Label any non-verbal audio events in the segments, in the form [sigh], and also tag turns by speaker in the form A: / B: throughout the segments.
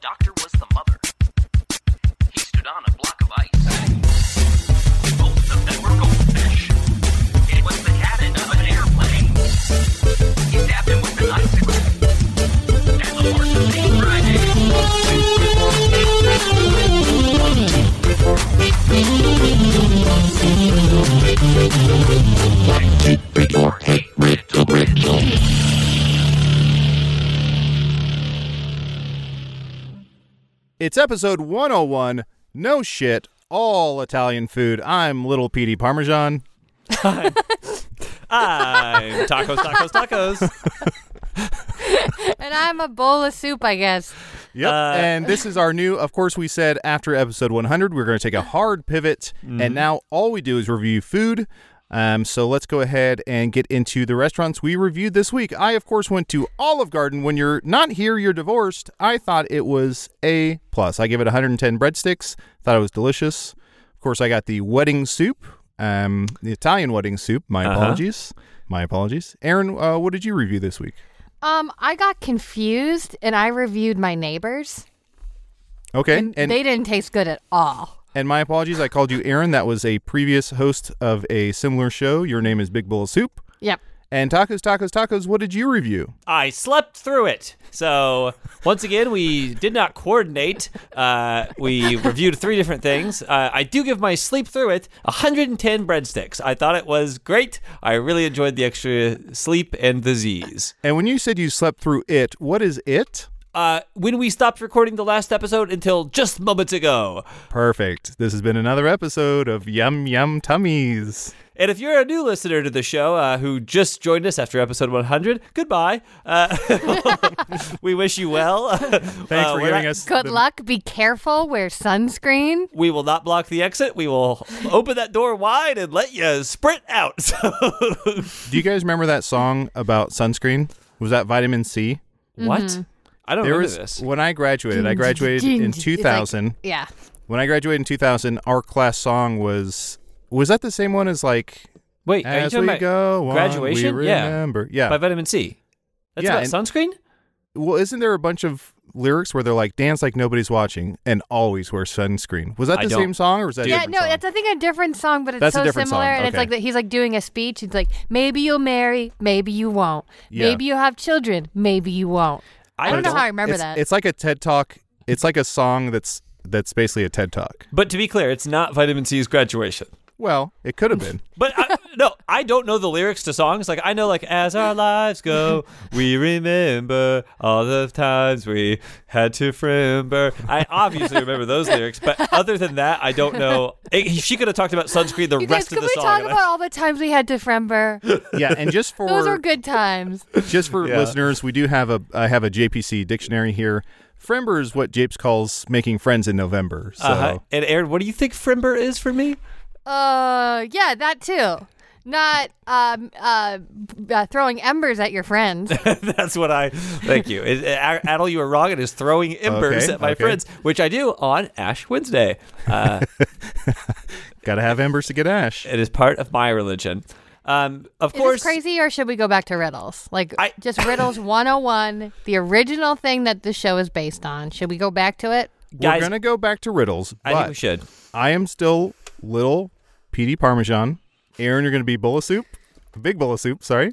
A: doctor was the mother. He stood on a block of ice. Both of them were goldfish. It was the cabin of an airplane. He stabbed him with an icicle. And the horses came riding.
B: It's episode 101, No Shit, All Italian Food. I'm Little Petey
C: [laughs]
B: Parmesan.
C: I'm tacos, tacos, tacos.
D: And I'm a bowl of soup, I guess.
B: Yep.
C: Uh,
B: and this is our new, of course, we said after episode 100, we're going to take a hard pivot. And now all we do is review food. Um, so let's go ahead and get into the restaurants we reviewed this week. I, of course, went to Olive Garden. When you're not here, you're divorced. I thought it was a plus. I gave it 110 breadsticks. Thought it was delicious. Of course, I got the wedding soup, um, the Italian wedding soup. My apologies. My apologies. Aaron, uh, what did you review this week?
D: Um, I got confused and I reviewed my neighbors.
B: Okay, and
D: they didn't taste good at all.
B: And my apologies, I called you Aaron. That was a previous host of a similar show. Your name is Big Bowl of Soup.
D: Yep.
B: And tacos, tacos, tacos. What did you review?
C: I slept through it. So once again, we did not coordinate. Uh, we reviewed three different things. Uh, I do give my sleep through it 110 breadsticks. I thought it was great. I really enjoyed the extra sleep and the Z's.
B: And when you said you slept through it, what is it?
C: Uh, when we stopped recording the last episode until just moments ago.
B: Perfect. This has been another episode of Yum Yum Tummies.
C: And if you're a new listener to the show uh, who just joined us after episode 100, goodbye. Uh, [laughs] we wish you well. Uh, Thanks
B: Thanks for giving us
D: Good
B: the-
D: luck. Be careful. Wear sunscreen.
C: We will not block the exit. We will open that door wide and let you sprint out. [laughs] So-
B: Do you guys remember that song about sunscreen? Was that vitamin C?
D: Mm-hmm.
C: what? I don't
B: There
C: remember
B: was
C: this.
B: when I graduated. I graduated in 2000.
D: It's like- yeah.
B: when I graduated in 2000, our class song was was that the same one as like
C: Wait, are you
B: As
C: talking
B: we
C: about
B: go on,
C: graduation?
B: we remember.
C: Yeah.
B: Yeah.
C: By vitamin C. That's
B: Yeah,
C: about
B: and-
C: sunscreen?
B: Well, isn't there a bunch of lyrics where they're like, "Dance like nobody's watching" and always wear sunscreen? Was that
C: I
B: the
C: don't-
B: same song, or was that? a
D: Yeah,
B: different
D: no,
B: song?
D: that's I think a different song, but it's
B: That's a
D: so
B: different
D: similar.
B: song,
D: And it's
B: okay.
D: like that he's like doing a speech. He's like, maybe you'll marry, maybe you won't.
B: Yeah.
D: Maybe you'll have children, maybe you won't. I don't know
B: it's-
D: how I remember
B: it's-
D: that.
B: It's like a TED talk. It's like a song that's that's basically a TED talk.
C: But to be clear, it's not vitamin C's graduation.
B: Well, it could have been.
C: But I, no, I don't know the lyrics to songs. Like I know, like as our lives go, we remember all the times we had to remember. I obviously remember those lyrics, but other than that, I don't know. Eh, She could have talked about sunscreen the
D: you guys,
C: rest
D: could
C: of the
D: we
C: song.
D: talk
C: and I-
D: about all the times we had to
B: [laughs]
D: remember?
B: [laughs] yeah, and just for
D: Those are good times.
B: just for
C: Yeah.
B: listeners, we do have a I have a JPC dictionary here. Frember is what Japes calls making friends in November. So
C: [laughs] Uh-huh. And Aaron, what do you think Frimber is for me?
D: Uh, yeah, that too. Not um uh, b- uh throwing embers at your friends.
C: [laughs] That's what I. Thank you, It- it- Ad- Adel. You were wrong. It is throwing embers
B: Okay,
C: at my
B: okay.
C: friends, which I do on Ash Wednesday. Uh,
B: gotta have embers to get ash.
C: it is part of my religion. Um, of
D: Is
C: course,
D: this crazy or should we go back to riddles? Like
C: I-
D: just riddles
C: [laughs]
D: 101, the original thing that the show is based on. Should we go back to it?
C: guys.
B: We're gonna go back to riddles,
C: I think
B: but
C: we should.
B: I am still little PD Parmesan. Aaron, you're going to be bowl of soup, big bowl of soup. Sorry,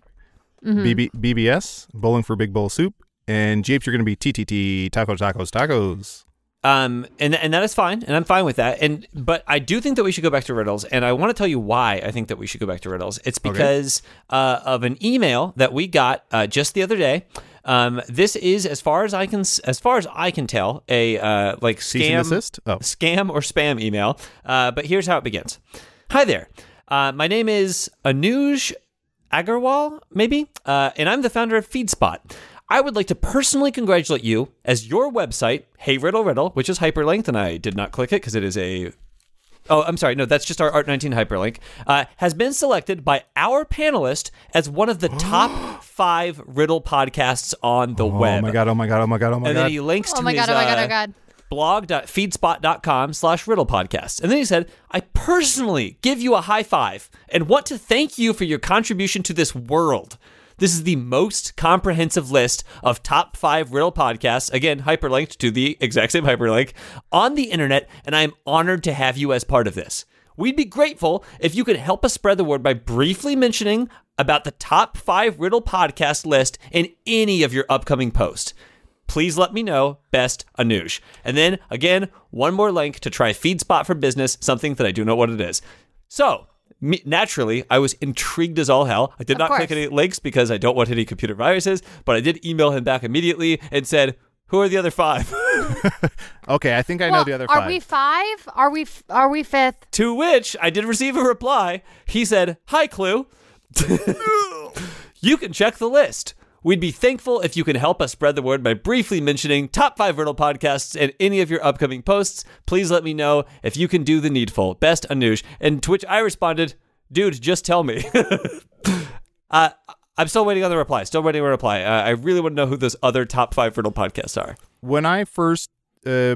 D: Mm-hmm.
B: BB, BBS, bowling for big bowl of soup, and Japes, you're going to be TTT tacos, tacos, tacos.
C: Um, and and that is fine, and I'm fine with that. And but I do think that we should go back to riddles, and I want to tell you why I think that we should go back to riddles. It's because uh, of an email that we got uh, just the other day. Um, this is as far as I can as far as I can tell a uh, like
B: Cease and
C: scam
B: desist? Oh.
C: scam or spam email. Uh, but here's how it begins. Hi there. Uh, my name is Anuj Agarwal, maybe? Uh, and I'm the founder of FeedSpot. I would like to personally congratulate you as your website, Hey Riddle Riddle, which is hyperlinked, and I did not click it because it is a Oh, I'm sorry. No, that's just our Art19 hyperlink. Uh, has been selected by our panelist as
B: [gasps]
C: one of the top five riddle podcasts on the web.
B: Oh my god! Oh my god! Oh my god! Oh my
C: And then
B: god!
C: he links to
D: Oh my
C: his
D: God, oh my God, oh
C: uh,
D: God.
C: blog.feedspot.com slash riddle podcast. And then he said, I personally give you a high five and want to thank you for your contribution to this world. This is the most comprehensive list of top five riddle podcasts, again, hyperlinked to the exact same hyperlink on the internet. And I am honored to have you as part of this. We'd be grateful if you could help us spread the word by briefly mentioning about the top five riddle podcast list in any of your upcoming posts please let me know. Best Anush. And then again, one more link to try FeedSpot for Business, something that I do know what it is. So, me, naturally, I was intrigued as all hell. I did not click
D: course.
C: any links because I don't want any computer viruses, but I did email him back immediately and said, Who are the other five?
B: okay, I think I know
D: Well,
B: the other
D: are
B: five.
D: we five? Are we? F- are we fifth?
C: to which I did receive a reply. He said, Hi, Clue. [laughs] you can check the list. We'd be thankful if you can help us spread the word by briefly mentioning top five riddle podcasts in any of your upcoming posts. Please let me know if you can do the needful. Best Anush. And to which I responded, Dude, just tell me. [laughs] uh, I'm still waiting on the reply. Still waiting on a reply. Uh, I really want to know who those other top five riddle podcasts are.
B: when I first uh, n-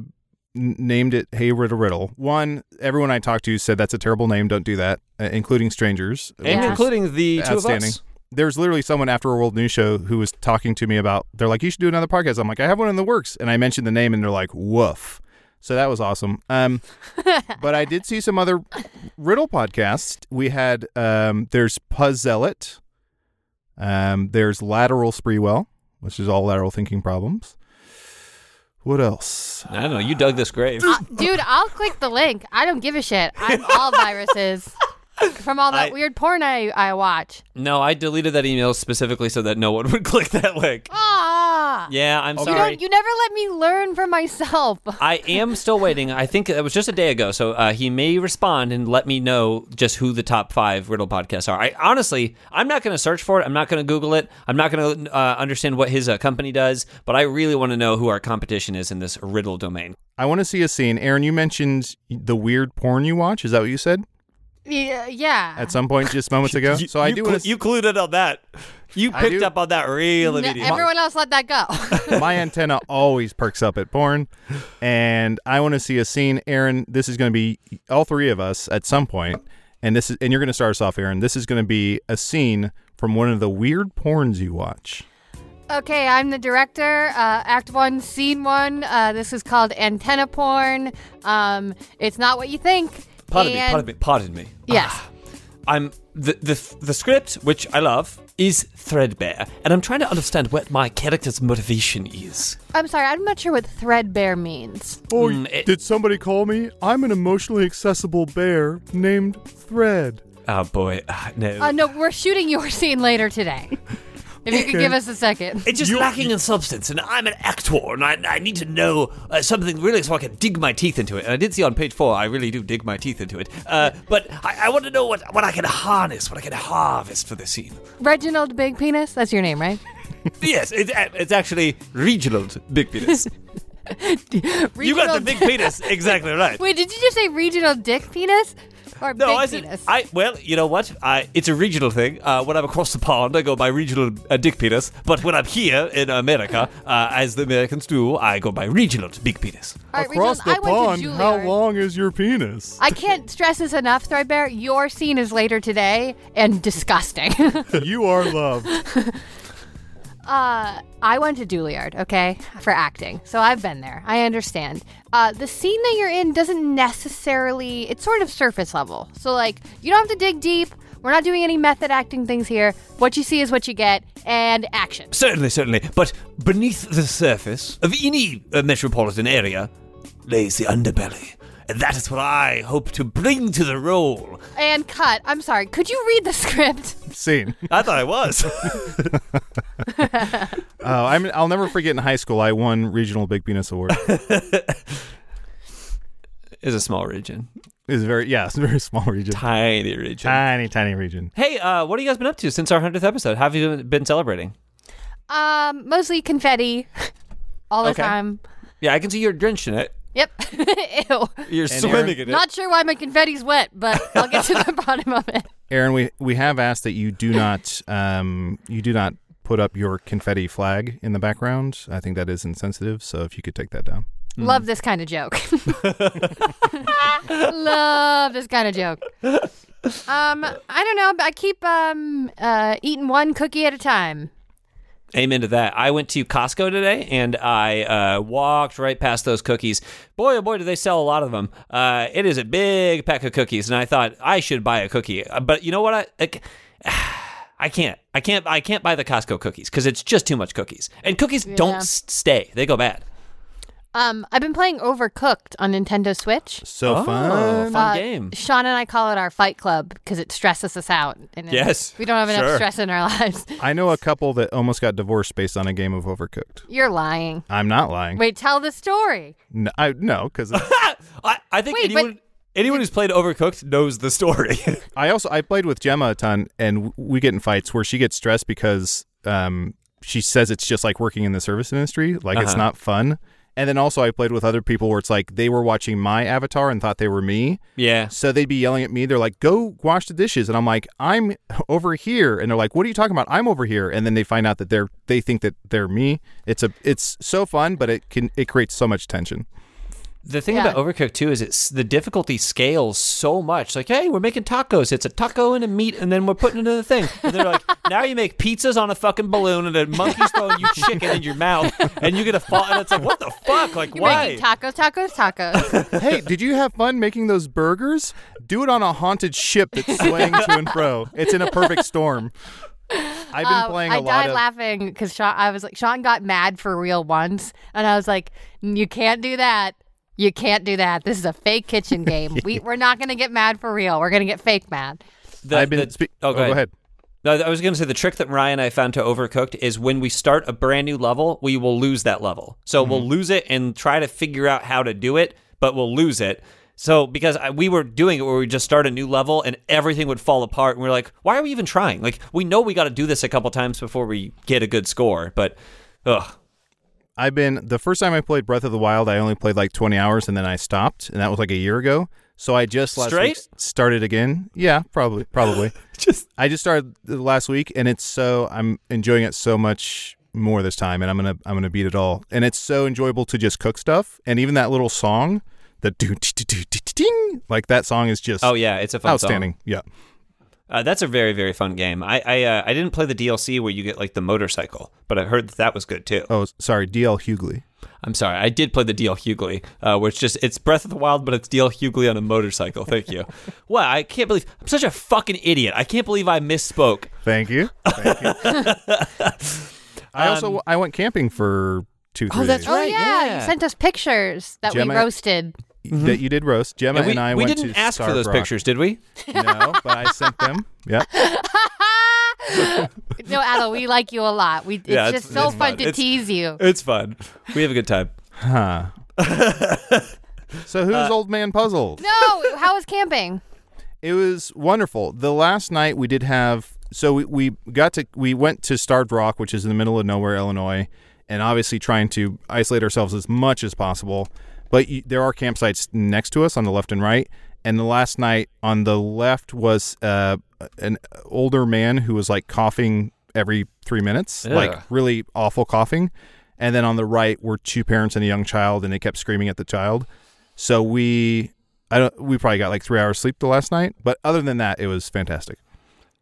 B: named it Hey Riddle Riddle, one, everyone I talked to said that's a terrible name. Don't do that, uh, including strangers. which
C: And
B: was
C: including the two of
B: outstanding.
C: us.
B: There's literally someone after a World News Show who was talking to me about, they're like, you should do another podcast. I'm like, I have one in the works. And I mentioned the name and they're like, woof. So that was awesome. Um, but I did see some other riddle podcasts. We had, um, there's Puzzlet, um, there's Lateral Spreewell, which is all lateral thinking problems. What else?
C: I don't know. You dug this grave.
D: Uh, Dude, I'll click the link. I don't give a shit.
C: [laughs]
D: I'm all viruses from all that
C: I-
D: weird porn I, I watch.
C: No, I deleted that email specifically so that no one [laughs] would click that link.
D: Ah,
C: Yeah, I'm
D: you
C: sorry.
D: don't. You never let me learn for myself. [laughs]
C: I am still waiting. I think it was just a day ago, so uh, he may respond and let me know just who the top five riddle podcasts are. I honestly, I'm not going to search for it. I'm not going to Google it. I'm not going to uh, understand what his uh, company does. But I really want to know who our competition is in this riddle domain.
B: I want to see a scene. Aaron, you mentioned the weird porn you watch. Is that what you said
D: Yeah, yeah.
B: at some point just moments ago? so I do want to.
C: [laughs] you clued in on that. You
B: I
C: picked
B: do-
C: up on that real
D: No,
C: immediately.
D: everyone else let that go. [laughs]
B: my antenna always perks up at porn, and I want to see a scene. Aaron, this is going to be all three of us at some point, and this is and you're going to start us off, Aaron. This is going to be a scene from one of the weird porns you watch.
D: okay, I'm the director. Uh, act one, scene one. Uh, this is called antenna porn. Um, it's not what you think.
C: Pardon me.
D: And-
C: Pardon me. Pardon me.
D: Yes.
C: I'm the, the the script, which I love, is threadbare, and I'm trying to understand what my character's motivation is.
D: I'm sorry. I'm not sure what threadbare means.
B: Oh,
C: Mm, it-
B: did somebody call me? I'm an emotionally accessible bear named Thread.
C: Oh boy, ah, no.
D: Uh, no, we're shooting your [laughs] scene later today. If you could give us a second.
C: it's just lacking in substance, and I'm an actor, and I, I need to know uh, something really so I can dig my teeth into it. And I did see on page four, I really do dig my teeth into it. Uh, but I, I want to know what, what I can harness, what I can harvest for this scene.
D: Reginald Big Penis? That's your name,
C: [laughs]
D: right?
C: yes, it, it's actually regional big
D: [laughs]
C: penis. you got the
D: Reginald-
C: big penis exactly right.
D: Wait, did you just say regional dick penis? Or
C: No,
D: big
C: I said,
D: penis?
C: I well, you know what? I it's a regional thing. Uh, when I'm across the pond, I go by regional uh, dick penis. But when I'm here in America, [laughs] uh, as the Americans do, I go by regional big penis.
D: All right, Reginald, I went to Juilliard.
B: long is your penis? [laughs]
D: I can't stress this enough, Threadbare. Your scene is later today and disgusting. [laughs]
B: you are loved.
D: uh, I went to Juilliard, okay, for acting. So I've been there. I understand. Uh, the scene that you're in doesn't necessarily, it's sort of surface level. So, like, you don't have to dig deep. We're not doing any method acting things here. What you see is what you get, and action.
C: Certainly, certainly. But beneath the surface of any uh, metropolitan area lays the underbelly, and that is what I hope to bring to the role.
D: And cut. I'm sorry. Could you read the [laughs] script?
B: Scene.
C: I thought I was. [laughs]
B: Oh, I'm, I'll never forget in high school, I won regional big penis award.
C: It's a small region.
B: It's very yeah, it's a very small region.
C: Tiny region.
B: Tiny, tiny region.
C: Hey, uh, what have you guys been up to since our 100th episode? How have you been celebrating?
D: Um, mostly confetti, [laughs] all the
C: Okay.
D: time.
C: Yeah, I can see you're drenching it.
D: Yep. [laughs] Ew.
C: You're swimming in it.
D: Not sure why my confetti's wet, but I'll get to
C: [laughs]
D: the bottom of it.
B: Aaron, we we have asked that you do not um you do not put up your confetti flag in the background. I think that is insensitive, so if you could take that down.
C: Hmm.
D: Love this kind of
C: [laughs]
D: joke. [laughs] Love this kind of joke. Um, I don't know. but I keep um uh eating one cookie at a time.
C: Amen to that. I went to Costco today and I uh, walked right past those cookies. Boy, oh boy, do they sell a lot of them. Uh, it is a big pack of cookies, and I thought I should buy a cookie. Uh, But you know what? I, I c- [sighs] I can't. I can't. I can't buy the Costco cookies because it's just too much cookies. And cookies don't s- stay; they go bad.
D: Um, I've been playing Overcooked on Nintendo Switch.
B: So
C: Oh,
B: fun.
C: fun
D: Uh,
C: game.
D: Sean and I call it our fight club because it stresses us out. And it-
C: Yes,
D: We don't have enough
C: sure.
D: stress in our [laughs] lives.
B: I know a couple that almost got divorced based on a game of Overcooked.
D: You're lying.
B: I'm not lying.
D: Wait, tell the story.
B: No, I, no, because
C: I, I think
D: Wait, but-
C: anyone anyone who's played Overcooked knows the story.
B: [laughs]
C: [laughs]
B: I also I played with Gemma a ton, and w- we get in fights where she gets stressed because um she says it's just like working in the service industry, like it's not fun. And then also I played with other people where it's like they were watching my avatar and thought they were me,
C: yeah.
B: so they'd be yelling at me. They're like, "Go wash the dishes," and I'm like, "I'm over here," and they're like, "What are you talking about? I'm over here." And then they find out that they're they think that they're me. It's a it's so fun, but it can it creates so much
C: [laughs]
B: tension.
C: The thing
D: Yeah.
C: about Overcooked too is it's the difficulty scales so much. Like, hey, we're making tacos. It's a taco and a meat, and then we're putting it in the thing. And they're like, [laughs] now you make pizzas on a fucking balloon, and a monkey's throwing you chicken in your mouth, and you get a fall. And it's like, what the fuck?
D: [laughs]
C: Like,
D: You're
C: why?
D: making tacos, tacos, tacos.
B: hey, did you have fun making those burgers? Do it on a haunted ship that's swaying to and fro. It's in a perfect storm. I've been
D: Uh,
B: playing a
D: I
B: lot
D: died
B: of.
D: laughing because Sean. I was like, Sean got mad for real once, and I was like, "N- "You can't do that. You can't do that. This is a
B: [laughs]
D: fake kitchen game. we we're not gonna get mad for real. We're gonna get fake mad."
C: The-
B: I've been.
C: the-
B: spe-
C: oh, go ahead.
B: ahead.
C: No, I was going to say the trick that Ryan and I found to Overcooked is when we start a brand new level, we will lose that level. So we'll lose it and try to figure out how to do it, but we'll lose it. So because I, we were doing it where we just start a new level and everything would fall apart, and we're like, why are we even trying? Like we know we got to do this a couple times before we get a good score, but ugh,
B: I've been the first time I played Breath of the Wild. I only played like 20 hours and then I stopped, and that was like a year ago. So I just last
C: Straight?
B: week started again. Yeah, probably, probably.
C: [laughs] just
B: I just started the last week, and it's so I'm enjoying it so much more this time, and I'm gonna I'm gonna beat it all. And it's so enjoyable to just cook stuff, and even that little song, the do do do do do ding, like that song is just
C: oh yeah, it's a fun song.
B: outstanding. Yeah,
C: Uh, that's a very very fun game. I I, uh, I didn't play the DLC where you get like the motorcycle, but I heard that, that was good too.
B: oh sorry, DL Hughley.
C: I'm sorry, I did play the DL Hughley, uh, where it's just it's Breath of the Wild, but it's DL Hughley on a motorcycle. Thank [laughs] you. wow, I can't believe I'm such a fucking idiot. I can't believe I misspoke.
B: Thank you. Thank you.
C: [laughs]
B: I also I went camping for two. three
C: Um, that's
B: days
D: Oh
C: Right,
D: yeah,
C: yeah.
D: you sent us pictures that
B: Gemma-
D: we roasted. [laughs]
B: that you did roast. Gemma and,
C: Mm-hmm. we
B: I
C: we
B: went
C: didn't
B: to
C: ask for those
B: Starbuck.
C: pictures, did we?
B: [laughs] No, but I sent them. Yep.
D: no, Adel, we like you a lot. We it's
C: Yeah, it's-
D: just so
C: it's
D: fun,
C: fun.
D: to
C: It's-
D: tease you.
C: It's fun. We have a good time.
B: Huh. so who's old man puzzled?
D: No, how was
B: [laughs]
D: camping?
B: It was wonderful. The last night we did have so we, we got to we went to Starved Rock, which is in the middle of nowhere, Illinois, and obviously trying to isolate ourselves as much as possible. But you, there are campsites next to us on the left and right. And the last night on the left was uh, an older man who was like coughing every three minutes, like
C: Ugh.
B: really awful coughing. And then on the right were two parents and a young child, and they kept screaming at the child. So we, I don't, we probably got like three hours sleep the last night, but other than that, it was fantastic.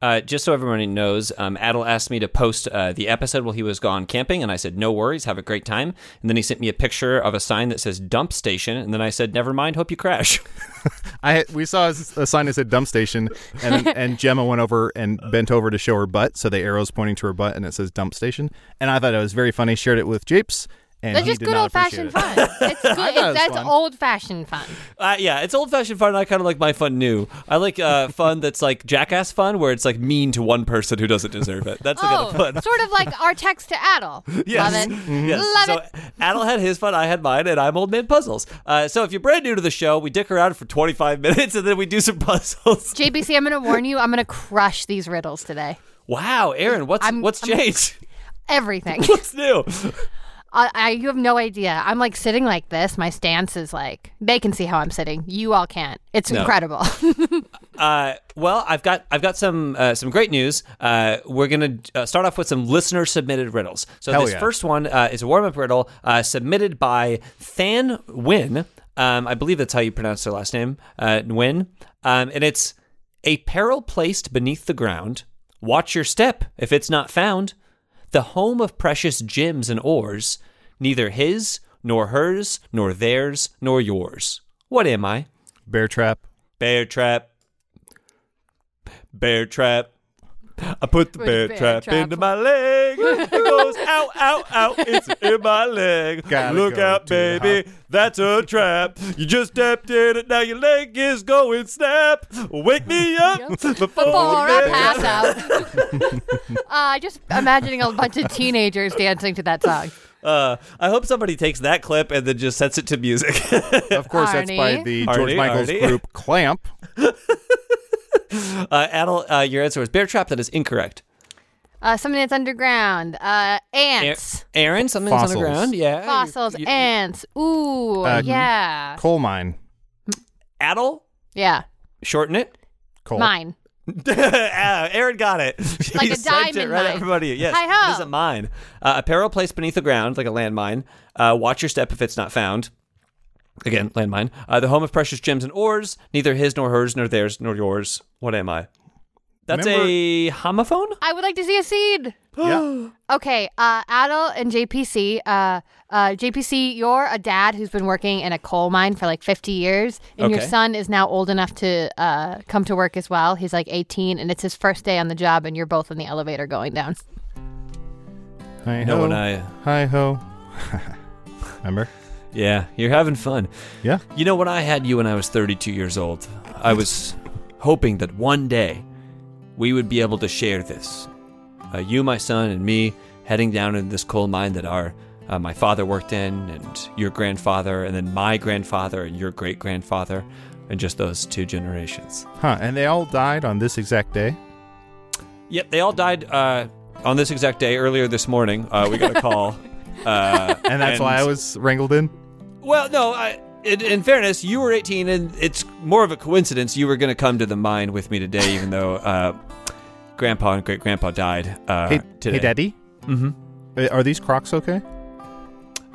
C: Uh, just so everyone knows, um, Adel asked me to post uh, the episode while he was gone camping, and I said, no worries, have a great time. And then he sent me a picture of a sign that says dump station, and then I said, never mind, hope you crash. [laughs]
B: I we saw a s- a sign that said dump station, and
D: [laughs]
B: and Gemma went over and bent over to show her butt, so the arrow's pointing to her butt, and it says dump station. And I thought it was very funny. Shared it with Japes, and
D: That's
B: he
D: just
B: did
D: good
B: not
D: old
B: appreciate
D: fashioned
B: it.
D: fun.
B: [laughs]
D: It's good.
B: I thought it was
D: that's
B: fun.
D: old fashioned fun.
C: Uh, yeah, it's old fashioned fun. and I kind of like my fun new. I like uh,
D: [laughs]
C: fun that's like jackass fun, where it's like mean to one person who doesn't deserve it. That's the
D: Oh,
C: kind of fun.
D: sort of like our text to
B: [laughs]
D: Adel.
C: [laughs] Yes.
D: Love it.
C: Mm-hmm.
B: Mm-hmm.
C: Yes.
D: Love
C: so
D: it.
C: Adel had his fun, I had mine, and I'm Old Man Puzzles. Uh, so if you're brand new to the show, we dick around for 25 [laughs] minutes and then we do some puzzles. [laughs]
D: JBC, I'm going to warn you, I'm going to crush these riddles today.
C: Wow, Aaron, what's
D: I'm-
C: what's
D: I'm-
C: changed? [laughs]
D: Everything.
C: what's new?
D: I, I, you have no idea. I'm like sitting like this. My stance is like, they can see how I'm sitting. You all can't. It's incredible.
C: Uh, well, I've got I've got some uh, some great news. Uh, we're gonna uh, start off with some listener submitted riddles. So
B: Hell
C: this
B: yeah.
C: first one uh, is a warm up riddle uh, submitted by Than Nguyen. Um, I believe that's how you pronounce their last name, uh, Nguyen. Um, and it's a peril placed beneath the ground. Watch your step if it's not found. The home of precious gems and ores, neither his nor hers nor theirs nor yours. What am I?
B: Bear trap.
C: Bear trap. Bear trap. I put the
D: Put
C: bear,
D: the bear
C: trap,
D: trap
C: into my leg.
D: [laughs]
C: It goes out, out, out. It's in my leg.
B: Gotta
C: Look
B: go
C: out,
B: to the
C: baby. That's a trap. You just stepped in it. Now your leg is going snap. Wake
D: [laughs]
C: me up before,
D: Before
C: the
D: I
C: bear
D: pass
C: trap.
D: out. [laughs] uh, just imagining a bunch of teenagers dancing to that song.
C: Uh, I hope somebody takes that clip and then just sets it to music.
B: Of course, that's by
D: Arnie.
B: the George
C: Arnie,
B: Michaels
C: Arnie.
B: group Clamp.
C: [laughs] uh, Adel, uh, your answer is bear trap. That is incorrect.
D: Uh, something that's underground. Uh, ants.
C: A- Aaron, something that's on the
B: Fossils.
C: ground. Yeah.
D: Fossils.
C: You- you-
D: ants. Ooh,
B: Uh,
D: yeah.
B: Coal mine.
C: Adel,
D: Yeah.
C: shorten it.
B: Coal.
D: Mine.
C: [laughs] Ah, Aaron got it. [laughs]
D: Like
C: You
D: a
C: sent it
D: diamond
C: right at
D: mine.
C: everybody. Yes,
D: Hi-ho.
C: it isn't mine. Uh, apparel placed beneath the ground, like a landmine. Uh, watch your step if it's not found. Again, landmine. Uh, the home of precious gems and ores. Neither his nor hers nor theirs nor yours. What am I? That's a homophone.
D: I would like to see a seed.
B: Yeah.
D: [gasps] Okay, uh, Adel and JPC. Uh, uh, JPC, you're a dad who's been working in a coal mine for like 50 years, and your
C: Okay.
D: son is now old enough to uh, come to work as well. He's like 18, and it's his first day on the job, and you're both in the elevator going down.
B: Hi
C: No
B: ho.
C: one. I.
B: Hi ho. [laughs] Remember?
C: Yeah, you're having fun.
B: Yeah.
C: You know, when I had you when I was 32 years old, I was hoping that one day we would be able to share this. Uh, you, my son, and me heading down in this coal mine that our uh, my father worked in, and your grandfather, and then my grandfather, and your great grandfather, and just those two generations.
B: Huh. And they all died on this exact day.
C: Yep, they all died uh, on this exact day earlier this morning. Uh, we got a call. Uh,
B: And that's why I was wrangled in.
C: Well, no, I, in, in fairness, you were 18, and it's more of a coincidence you were going to come to the mine with me today, even though uh, Grandpa and Great Grandpa died uh,
B: hey,
C: today.
B: hey, Daddy. Mm-hmm. Are these Crocs okay?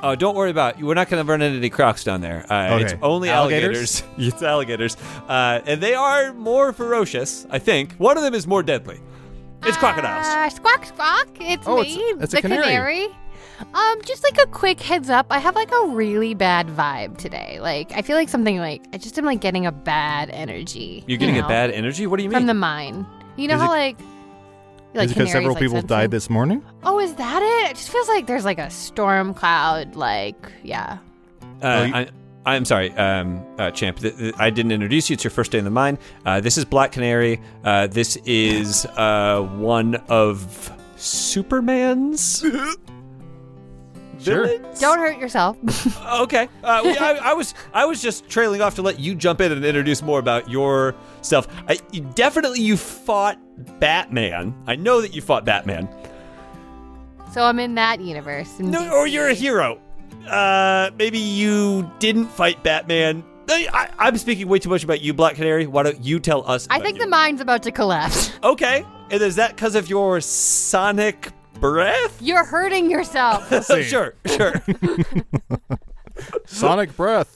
C: Oh, don't worry about. it. We're not going to run into any crocs down there. Uh,
B: Okay.
C: It's only alligators.
B: Alligators?
C: [laughs] it's alligators, uh, and they are more ferocious. I think one of them is more deadly. It's crocodiles.
D: Uh, squawk, squawk. It's
B: Oh,
D: me,
B: it's- it's a
D: the
B: canary.
D: Um, just like a quick heads up, I have like a really bad vibe today. Like, I feel like something like I just am like getting a bad energy.
C: You're getting
D: you
C: a
D: know,
C: bad energy. What do you mean?
D: from the mine. You know
B: Is
D: how
B: it-
D: like, like
B: Is it because
D: canaries,
B: several
D: like,
B: people
D: sense
B: died
D: them?
B: this morning?
D: Oh, is that it? It just feels like there's like a storm cloud. Like, yeah.
C: Uh,
B: Oh, you-
C: I, I'm sorry, um, uh, Champ. Th- th- I didn't introduce you. It's your first day in the mine. Uh, this is Black Canary. Uh, this is uh, one of Superman's. [laughs]
B: Sure.
C: villains?
D: Don't
B: [laughs]
D: hurt yourself.
C: Okay. Uh, we- I, I was I was just trailing off to let you jump in and introduce more about your stuff. I, you, definitely, you fought Batman. I know that you fought Batman.
D: so I'm in that universe. And
C: No, or you're a hero. Uh, maybe you didn't fight Batman. I, I, I'm speaking way too much about you, Black Canary. Why don't you tell us?
D: I
C: about
D: think
C: you.
D: the mine's about to collapse. [laughs]
C: okay. And is that because of your sonic breath? [laughs]
D: You're hurting yourself.
B: See.
C: sure, [laughs] sure.
B: Sonic breath.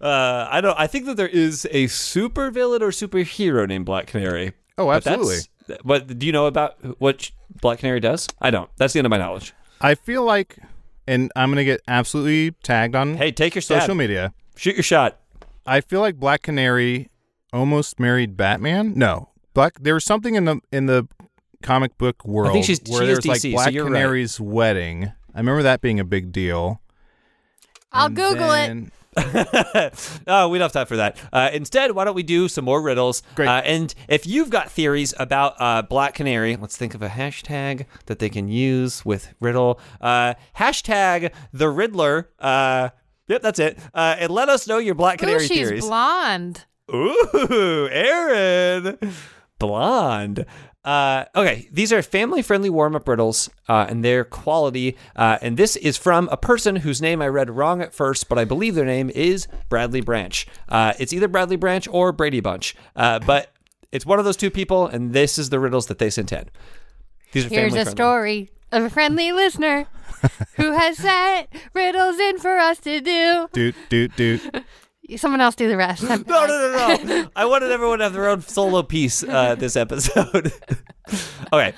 C: uh, I don't. I think that there is a super villain or superhero named Black Canary.
B: Oh,
C: But that's-
B: absolutely.
C: But do you know about what Black Canary does? I don't. That's the end of my knowledge.
B: I feel like, and I'm gonna get absolutely tagged on
C: Hey, take your stab.
B: social media.
C: Shoot your shot.
B: I feel like Black Canary almost married Batman. No, Black. There was something in the in the comic book world
C: she's-
B: where
C: she
B: there
C: is
B: was like
C: DC, so
B: Black
C: you're right.
B: Canary's wedding. I remember that being a big deal.
D: I'll Google it.
B: and
C: [laughs] Oh, we don't have time for that. Uh, instead, why don't we do some more riddles?
B: Great.
C: Uh, and if you've got theories about uh, Black Canary, let's think of a hashtag that they can use with riddle. Uh, hashtag the Riddler. Uh, yep, that's it. Uh, and let us know your Black
D: Ooh,
C: Canary
D: she's
C: theories.
D: blonde.
C: Ooh, Aaron, blonde. Uh, okay, these are family-friendly warm-up riddles, uh, and their quality. Uh, and this is from a person whose name I read wrong at first, but I believe their name is Bradley Branch. Uh, it's either Bradley Branch or Brady Bunch, uh, but it's one of those two people. And this is the riddles that they sent in. These are
D: Here's a
C: family-friendly.
D: story of a friendly listener
B: [laughs]
D: who has sent riddles in for us to do.
B: doot doot doot.
D: [laughs] Someone else do the rest.
B: [laughs]
D: I'm-
C: No, no, no, no. I wanted everyone to have their own solo piece uh, this episode. [laughs] okay.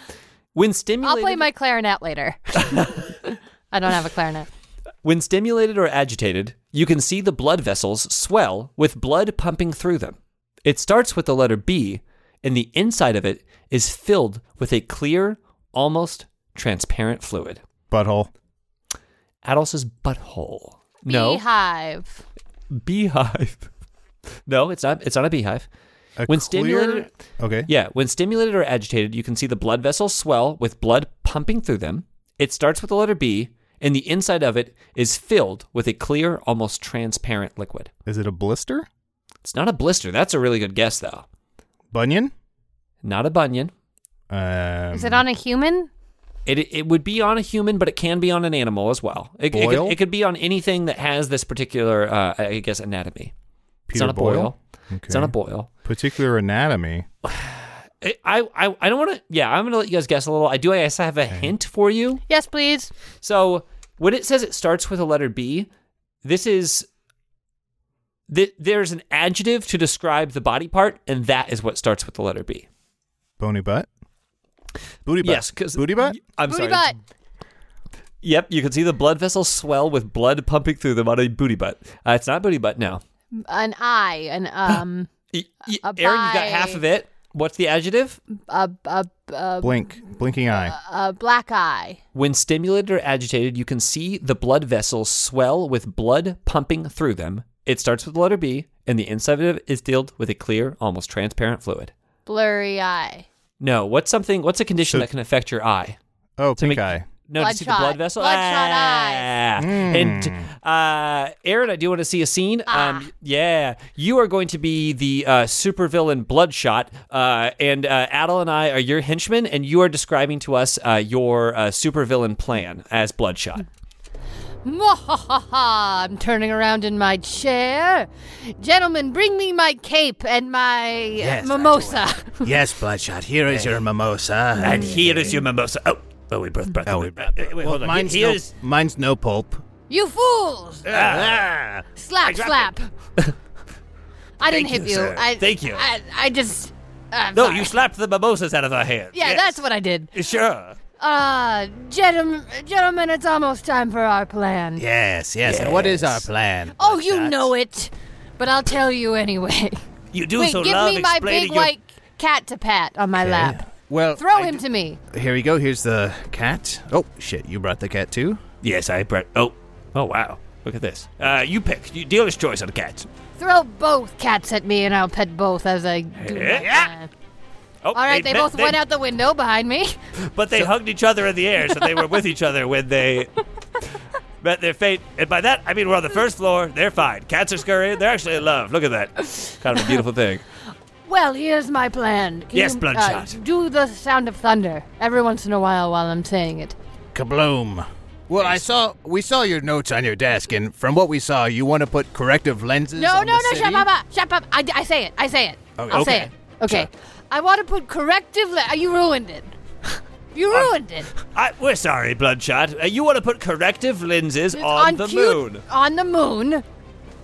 C: When
D: I'll
C: stimulated,
D: play my clarinet
B: [laughs]
D: later. [laughs] I don't have a clarinet.
C: When stimulated or agitated, you can see the blood vessels swell with blood pumping through them. It starts with the letter B, and the inside of it is filled with a clear, almost transparent fluid.
B: Butthole.
C: Adoles's butthole. No,
D: Beehive.
C: beehive. [laughs] No, it's not. It's not a beehive.
B: A clear-
C: When stimulated-
B: Okay.
C: Yeah, when stimulated or agitated, you can see the blood vessels swell with blood pumping through them. It starts with the letter B, and the inside of it is filled with a clear, almost transparent liquid.
B: Is it a blister?
C: It's not a blister. That's a really good guess, though.
B: Bunion?
C: Not a bunion.
B: Um,
D: Is it on a human?
C: It, it would be on a human, but it can be on an animal as well. It, it,
B: Boil?
C: could, it could be on anything that has this particular, uh, I guess, anatomy. it's
B: Peter
C: not a boil.
B: Boyle?
C: It's not a
B: Okay.
C: boil.
B: Particular anatomy.
C: It- I, I, I don't want to. Yeah, I'm going to let you guys guess a little. I do, I guess, I have a hint for you.
D: Yes, please.
C: So when it says it starts with a letter B, this is th- there's an adjective to describe the body part, and that is what starts with the letter B.
B: Bony butt? Booty butt.
C: Yes, because
B: Booty butt?
C: I'm
D: Booty
C: sorry.
D: butt.
C: Yep, you can see the blood vessels swell with blood pumping through them on a booty butt. Uh, it's not booty butt now.
D: An eye.
C: [gasps]
D: An um.
C: Y- y-
D: A
C: Aaron, you got
D: bi-
C: half of it. What's the adjective?
D: a, a, a,
B: Blink. Blinking eye.
D: a black eye.
C: When stimulated or agitated, you can see the blood vessels swell with blood pumping through them. It starts with the letter B, and the inside of it is filled with a clear, almost transparent fluid.
D: Blurry eye.
C: No, what's something? What's a condition
B: So-
C: that can affect your eye?
B: Oh,
C: to
B: pink
C: make- [laughs]
B: eye.
C: No, to see the
D: Bloodshot.
C: blood vessel.
D: Bloodshot
C: ah. And
E: Hmm.
C: uh, Aaron, I do want to see a scene.
D: Ah.
C: Um, yeah, you are going to be the uh, supervillain Bloodshot, uh, and uh, Adel and I are your henchmen, and you are describing to us uh, your uh, supervillain plan as Bloodshot.
D: I'm turning around in my chair. Gentlemen, bring me my cape and my mimosa.
E: Yes, Bloodshot, here is your mimosa.
C: And here is your mimosa. Oh, oh, we both brought. Oh, we brought. Wait,
E: well, mine's, no, mine's no pulp.
D: you fools!
C: Uh,
E: Ah.
D: Slap, slap.
C: [laughs]
D: I didn't hit
E: you,
D: you.
E: sir.
D: I,
C: Thank you.
D: I, I just. I'm
C: No,
D: sorry.
C: you slapped the mimosas out of our hands.
D: Yeah, that's what I did.
C: Sure.
D: Uh, gentlemen, gentlemen, it's almost time for our plan.
E: Yes, yes. And what is our plan?
D: oh, you know it, but I'll tell you anyway.
C: [laughs] You do
D: Wait,
C: so
D: give
C: love
D: me my
C: explaining
D: big
C: your
D: white cat to pat on my lap.
E: Well,
D: Throw
E: I
D: him
E: d-
D: to me.
E: Here we go. Here's the cat. Oh shit! You brought the cat too.
C: Yes, I brought. Oh, oh wow! Look at this. Uh, you pick. You dealer's choice on a cat.
D: Throw both cats at me, and I'll pet both as I do. my
C: Yeah.
D: plan.
C: Oh,
D: All right, they,
C: met-
D: both went out the window behind me. [laughs]
C: but they hugged each other in the air, so they were with each other when [laughs] they met their fate. And by that, I mean we're on the first floor. They're fine. Cats are scurrying. They're actually in love. Look at that. Kind of a beautiful thing.
D: Well, here's my plan. Can
C: Yes,
D: you, uh,
C: Bloodshot.
D: do the sound of thunder every once in a while while I'm saying it.
E: Kabloom. Well, I saw we saw your notes on your desk, and from what we saw, you want to put corrective lenses.
D: No,
E: on
D: no,
E: the
D: no,
E: city?
D: shut up, shut up. I, I say it, I say it.
E: Okay.
D: I'll say
E: Okay.
D: it. Okay. I want to put corrective. Le- you ruined it. [laughs] You ruined it.
C: I, we're sorry, Bloodshot. Uh, you want to put corrective lenses
D: It's
C: on, the
D: cute-
C: moon?
D: On the moon.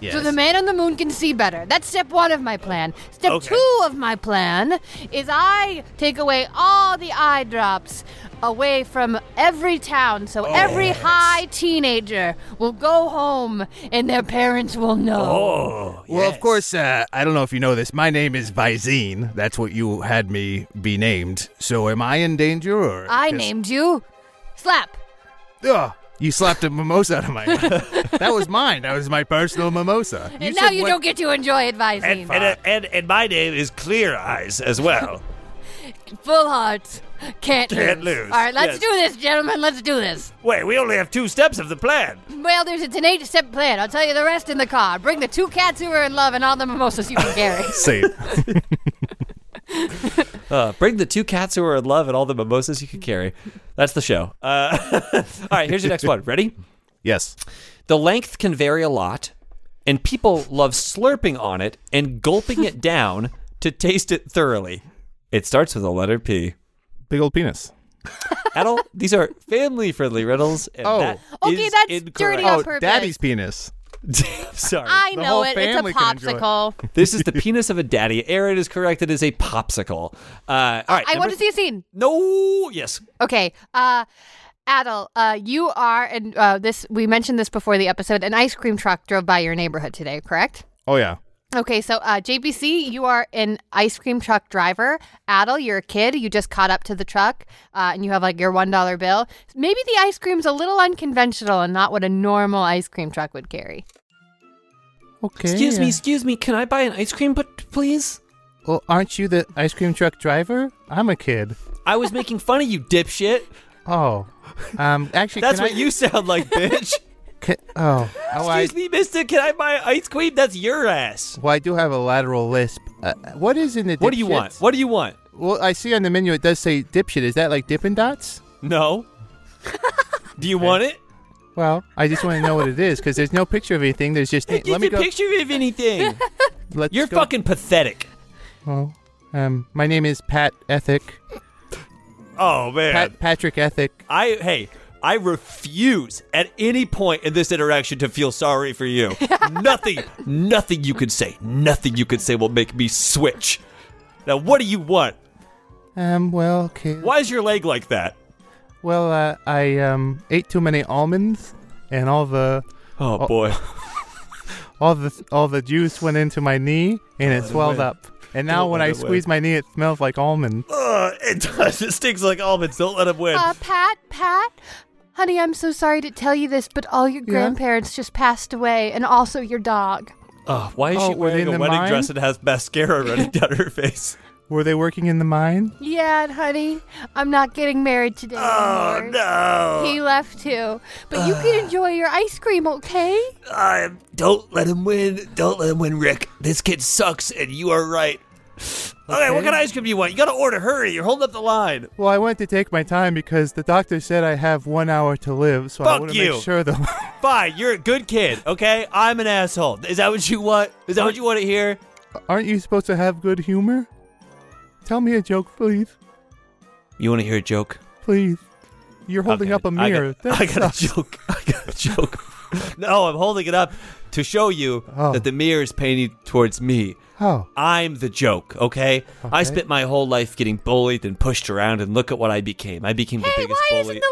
E: Yes.
D: So the man on the moon can see better. That's step one of my plan. Step
C: Okay.
D: two of my plan is I take away all the eye drops away from every town so every high teenager will go home and their parents will know.
C: Oh,
E: Well, of course, uh, I don't know if you know this. My name is Visine. That's what you had me be named. So am I in danger, or Ah,
D: I
E: 'cause-
D: named you Slap. [laughs]
E: Ugh, you slapped a mimosa out of my. that was mine. That was my personal mimosa.
D: and
E: said
D: now you [laughs]
E: what-
D: don't get to enjoy it, Visine.
C: And, and, and, and my name is Clear Eyes as well.
D: [laughs] Full heart. Can't,
C: Can't
D: lose.
C: lose.
D: All right, let's
C: Yes.
D: do this, gentlemen. Let's do this.
C: Wait, we only have two steps of the plan.
D: Well, there's it's an eight step plan. I'll tell you the rest in the car. Bring the two cats who are in love and all the mimosas you can
E: [laughs]
D: carry. [laughs]
B: Save.
C: Uh, bring the two cats who are in love and all the mimosas you could carry. That's the show. Uh, [laughs] all right, here's your next one. Ready?
B: yes.
C: The length can vary a lot, and people love slurping on it and gulping it down to taste it thoroughly. It starts with a letter P.
B: Big old penis.
C: Adult, these are family friendly riddles. And
B: Oh.
C: that
D: Okay,
C: is
D: that's
C: incorrect.
D: dirty on
B: Oh,
D: purpose.
B: daddy's penis. [laughs]
C: I'm sorry.
D: I
E: The
D: know
E: whole
D: it. It's a
E: family can enjoy it.
D: popsicle.
C: This is the penis of a daddy. Aaron is correct. It is a popsicle. Uh, all right.
D: I
C: number-
D: want to see a scene.
C: No. Yes.
D: Okay. Uh Adel, uh, you are, and uh, this we mentioned this before the episode. An ice cream truck drove by your neighborhood today, correct?
B: Oh yeah.
D: Okay, so uh, JBC, you are an ice cream truck driver. Adel, you're a kid. You just caught up to the truck, uh, and you have like your one dollar bill. Maybe the ice cream's a little unconventional and not what a normal ice cream truck would carry.
B: Okay.
C: Excuse me. Excuse me. Can I buy an ice cream, but please?
B: Well, aren't you the ice cream truck driver? I'm a kid.
C: I was making fun of you, dipshit.
B: Oh.
C: [laughs]
B: Um. Actually,
C: That's
B: can
C: what
B: I,
C: you sound like, bitch.
B: [laughs] Can, oh. Oh, I.
C: Excuse me, mister. Can I buy ice cream? That's your ass.
B: Well, I do have a lateral lisp. Uh, what is in the?
C: What do you want?
B: dipshits?
C: What do you want?
B: Well, I see on the menu it does say dipshit. Is that like Dippin' Dots? [laughs]
C: No. do you want it?
B: Well, I just want to know what it is because there's no picture of anything. There's just
C: Give
B: let
C: me
B: me
C: a
B: go.
C: picture of anything.
B: [laughs] Let's
C: You're
B: go-
C: fucking pathetic.
B: Well, um, my name is Pat Ethic.
C: Oh man.
B: Pat Patrick Ethic.
C: I hey, I refuse at any point in this interaction to feel sorry
B: [laughs]
C: for you. nothing, nothing you could say, nothing you could say will make me switch. Now, what do you want?
B: Um. Well, okay.
C: Why is your leg like that?
B: Well, uh, I um ate too many almonds, and all the
C: Oh,
B: Oh.
C: boy. [laughs]
B: all the all the juice went into my knee, and it swelled
C: way.
B: up. And now
C: Don't
B: when
C: let
B: I
C: it
B: squeeze my knee, it smells like almond.
C: Ugh, it does. It stinks like almonds. Don't let him win.
D: Uh, Pat, Pat, honey, I'm so sorry to tell you this, but all your grandparents just passed away, and also your dog.
C: Ugh, why is
B: oh,
C: she
B: were they in
C: wearing a
B: the
C: wedding
B: mine?
C: dress and has mascara running down her face?
B: Were they working in the mine?
D: Yeah, and honey, I'm not getting married today.
C: [laughs] Oh,
D: anymore.
C: no.
D: He left too. But you
C: [sighs]
D: can enjoy your ice cream, okay?
C: I don't let him win. Don't let him win, Rick. This kid sucks, and you are right. Okay, what kind of ice cream do you want? You gotta order. Hurry! You're holding up the line.
B: Well, I wanted to take my time because the doctor said I have one hour to live, so I
C: Fuck
B: want to
C: you.
B: make sure the [laughs]
C: Fine, you're a good kid. Okay, I'm an asshole. Is that what you want? Is that what you want to hear?
B: Aren't you supposed to have good humor? Tell me a joke, please.
C: You want to hear a joke?
B: Please. You're holding
C: Okay,
B: up a mirror.
C: [laughs] I got,
B: That
C: I got a
B: sucks.
C: joke. I got a joke. [laughs] no, I'm holding it up to show you
B: Oh.
C: that the mirror is painted towards me.
B: Oh,
C: I'm the joke, okay? I
B: Okay.
C: spent my whole life getting bullied and pushed around, and look at what I became. I became the
D: Hey,
C: biggest
D: why
C: bully.
D: isn't the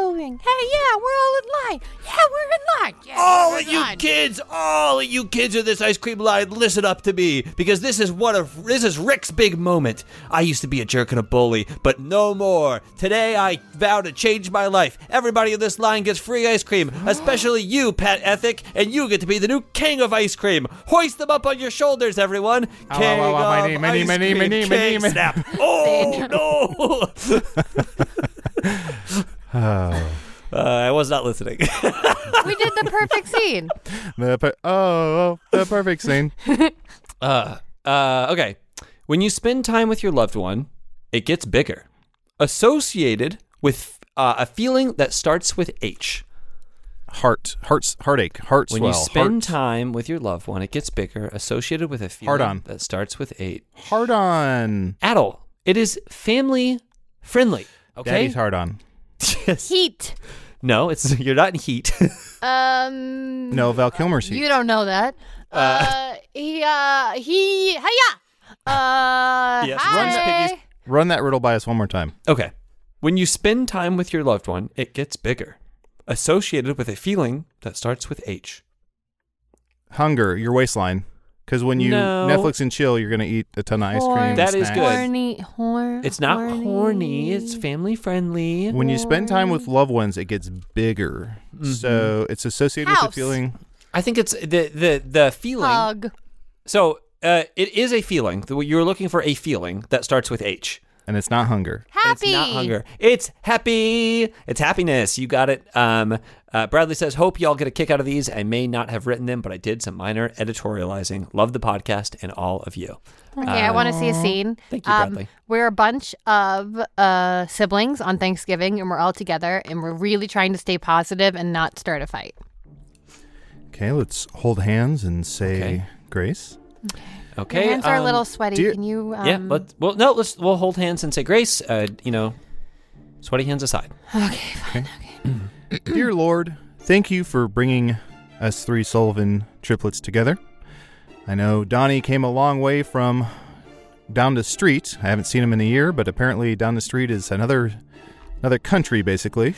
D: line moving? Hey, yeah, we're all in line. Yeah, we're in line. Yeah,
C: all
D: we're
C: of
D: in
C: you
D: line.
C: kids, all of you kids of this ice cream line, listen up to me because this is one of this is Rick's big moment. I used to be a jerk and a bully, but no more. Today I vow to change my life. Everybody in this line gets free ice cream,
D: [gasps]
C: especially you, Pat Ethic, and you get to be the new king of ice cream. Hoist them up on your shoulders, everyone.
B: Ow,
C: King
B: ow, ow, ow, my
C: of
B: knee, my knee,
C: ice
B: my knee, my
C: cream,
B: knee, my knee,
C: king
B: my-
C: snap.
D: [laughs]
C: Oh no.
D: [laughs]
B: [laughs]
C: [laughs] Uh, I was not listening. [laughs]
D: We did the perfect scene.
B: the per- oh, oh, the perfect scene.
C: Uh, uh, okay. When you spend time with your loved one, it gets bigger, associated with uh, a feeling that starts with H.
B: Heart, hearts, heartache, heart
C: When you spend time with your loved one, it gets bigger, associated with a feeling
B: Hard on.
C: that starts with eight.
B: hard on.
C: Adult. It is family friendly. Okay.
B: Daddy's hard on.
C: [laughs] Yes.
D: Heat.
C: No, it's [laughs] you're not in heat.
D: Um.
B: No, Val Kilmer's heat.
D: You don't know that. Uh. he. Uh. He. Hiya. Uh.
C: Yes, runs
D: hi.
C: piggies.
B: Run that riddle by us one more time.
C: Okay. When you spend time with your loved one, it gets bigger, associated with a feeling that starts with H.
B: Hunger, your waistline. Because when you
C: No.
B: Netflix and chill, you're gonna eat a ton of ice cream.
D: Horn-
B: and
C: That is
B: snacks.
C: good.
D: Horny, horn.
C: It's not corny. It's family friendly.
B: When you spend time with loved ones, it gets bigger.
C: Mm-hmm.
B: So it's associated with
D: House.
B: a feeling.
C: I think it's the the the feeling.
D: hug.
C: So uh, it is a feeling. The- You're looking for a feeling that starts with H.
B: And it's not hunger.
D: Happy.
C: It's not hunger. It's happy. It's happiness. You got it. Um, uh, Bradley says, "Hope y'all get a kick out of these. I may not have written them, but I did some minor editorializing. Love the podcast and all of you."
D: Okay, I want to see a scene. Um,
C: Thank you, Bradley.
D: We're a bunch of uh, siblings on Thanksgiving, and we're all together, and we're really trying to stay positive and not start a fight.
B: Okay, let's hold hands and say
C: Okay.
B: grace.
C: Okay.
D: Your hands are a
C: um,
D: little sweaty.
B: dear-
D: Can you? Um,
C: yeah.
D: [laughs]
C: Let's. Well, no. Let's. We'll hold hands and say grace. Uh, you know, sweaty hands aside.
B: Mm-hmm. Dear Lord, thank you for bringing us three Sullivan triplets together. I know Donnie came a long way from down the street. I haven't seen him in a year, but apparently down the street is another another country, basically.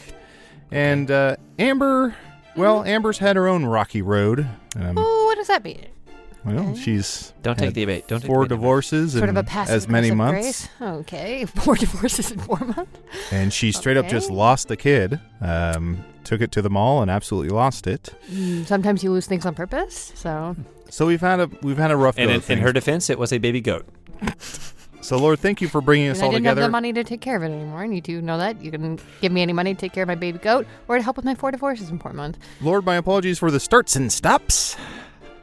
B: And uh, Amber,
D: Mm-hmm.
B: well, Amber's had her own rocky road. Um,
D: Ooh, what does that mean?
B: well, she's
C: Don't take
B: had
C: the debate. Don't take
B: four
C: the debate.
B: divorces
D: Sort of
B: in
D: a passive
B: as many
D: aggressive
B: months,
D: Grace? Okay, [laughs] four divorces in four months.
B: and she straight up just
D: Okay.
B: lost the kid. Um, took it to the mall and absolutely lost it.
D: Mm, Sometimes you lose things on purpose. So
B: So we've had a we've had a rough.
C: And
B: go
C: in,
B: of
C: in her
B: things.
C: defense, it was a baby goat.
B: So, Lord, thank you for bringing us
D: And I
B: all
D: didn't
B: together.
D: have the money to take care of it anymore, and you do know that. You can give me any money to take care of my baby goat or to help with my four divorces in four months.
B: Lord, my apologies for the starts and stops.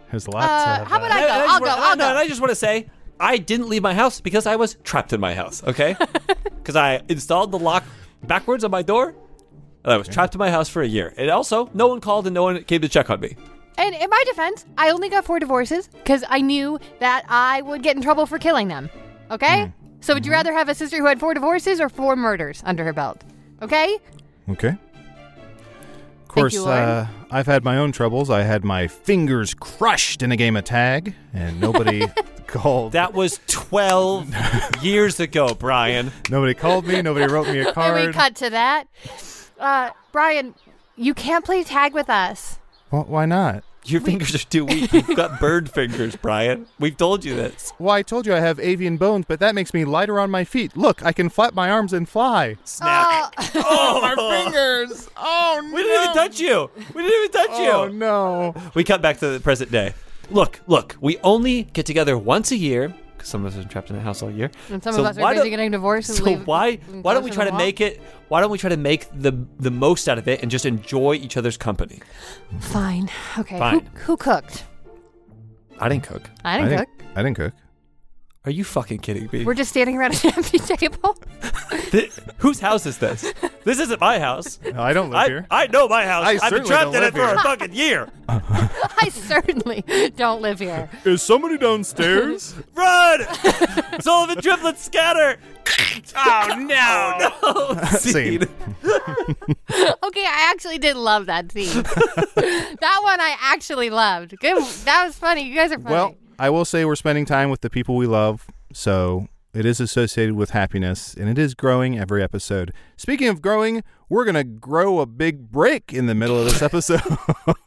B: There's lots
D: Uh,
B: of.
D: how
B: uh,
D: about I go?
C: just
D: I'll go.
C: wanna-
D: I'll
C: no, and I
D: go.
C: just want to say, I didn't leave my house because I was trapped in my house.
D: [laughs]
C: Okay, because I installed the lock backwards on my door. And I was trapped in my house for a year. And also, no one called and no one came to check on me.
D: And in my defense, I only got four divorces because I knew that I would get in trouble for killing them. Okay?
B: Hmm.
D: So
B: Mm-hmm.
D: would you rather have a sister who had four divorces or four murders under her belt? Okay?
B: Okay. Of course,
D: you, Lord.
B: uh, I've had my own troubles. I had my fingers crushed in a game of tag, and
D: [laughs]
B: nobody called.
C: That was
B: [laughs]
C: 12 years ago, Brian.
B: nobody called me. Nobody wrote me a card.
D: [laughs] And we cut to that. Uh, Brian, you can't play tag with us.
B: Well, why not?
C: Your fingers are too weak. You've got bird fingers, Brian. We've told you this.
B: Well, I told you I have avian bones, but that makes me lighter on my feet. Look, I can flap my arms and fly.
D: Uh,
C: Snack. Oh,
B: My fingers. Oh no.
C: we didn't
D: um,
C: even touch you. We didn't even touch you.
B: Oh no.
C: We cut back to the present day. Look, look, we only get together once a year because some of us are trapped in a house all year.
D: And some
C: So
D: of us
C: why
D: are busy
C: don't-
D: getting divorced. And
C: So
D: leave-
C: why
D: and
C: why don't we
D: close
C: try
D: in
C: to
D: the
C: make it? Why don't we try to make the the most out of it and just enjoy each other's company?
D: wall? Fine. Okay.
C: Fine.
D: Who, who cooked?
C: I didn't cook.
D: I didn't cook.
B: I didn't cook.
C: Are you fucking kidding me? [laughs]
D: We're just standing around [laughs] an empty table.
C: Th- whose house
D: [laughs]
C: is this? This isn't my house.
B: No, I don't live
C: I,
B: here.
C: I know my house.
B: I
C: have been
B: certainly
C: trapped
B: don't
C: in it
B: live
C: for
B: here.
C: a fucking year.
D: I certainly don't live here.
B: Is somebody downstairs?
C: Run!
D: [laughs]
C: Sullivan triplets scatter. oh [laughs] no! no.
B: [laughs] Scene.
D: Okay, I actually did love that scene. [laughs] that one I actually loved. Good. That was funny. You guys are funny.
B: Well, I will say we're spending time with the people we love, so it is associated with happiness and it is growing every episode. Speaking of growing, we're going to grow a big break in the middle of this episode. [laughs]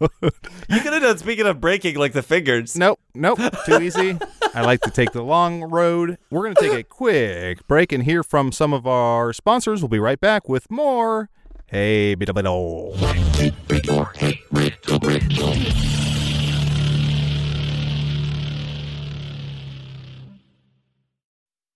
C: You could have done. Speaking of breaking, like the fingers.
B: nope, nope, too easy. I like to take the long road. We're going to take a quick break and hear from some of our sponsors. We'll be right back with more. Hey, bit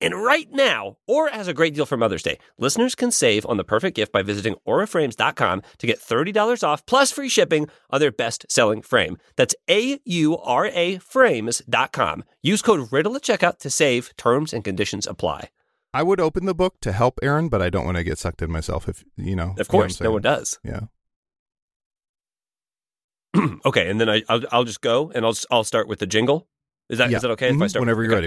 C: And right now, Aura has a great deal for Mother's Day. Listeners can save on the perfect gift by visiting auraframes.com to get $30 off plus free shipping on their best-selling frame. That's A-U-R-A frames.com. Use code RIDDLE at checkout to save. Terms and conditions apply.
B: I would open the book to help Aaron, but I don't want to get sucked in myself. If you know,
C: Of course, no one does.
B: Yeah.
C: okay, and then I I'll, I'll just go and I'll I'll start with the jingle. Is that is
B: Yeah.
C: that okay if I
B: Mhm.
C: start
B: whenever
C: with-
B: you're
C: okay.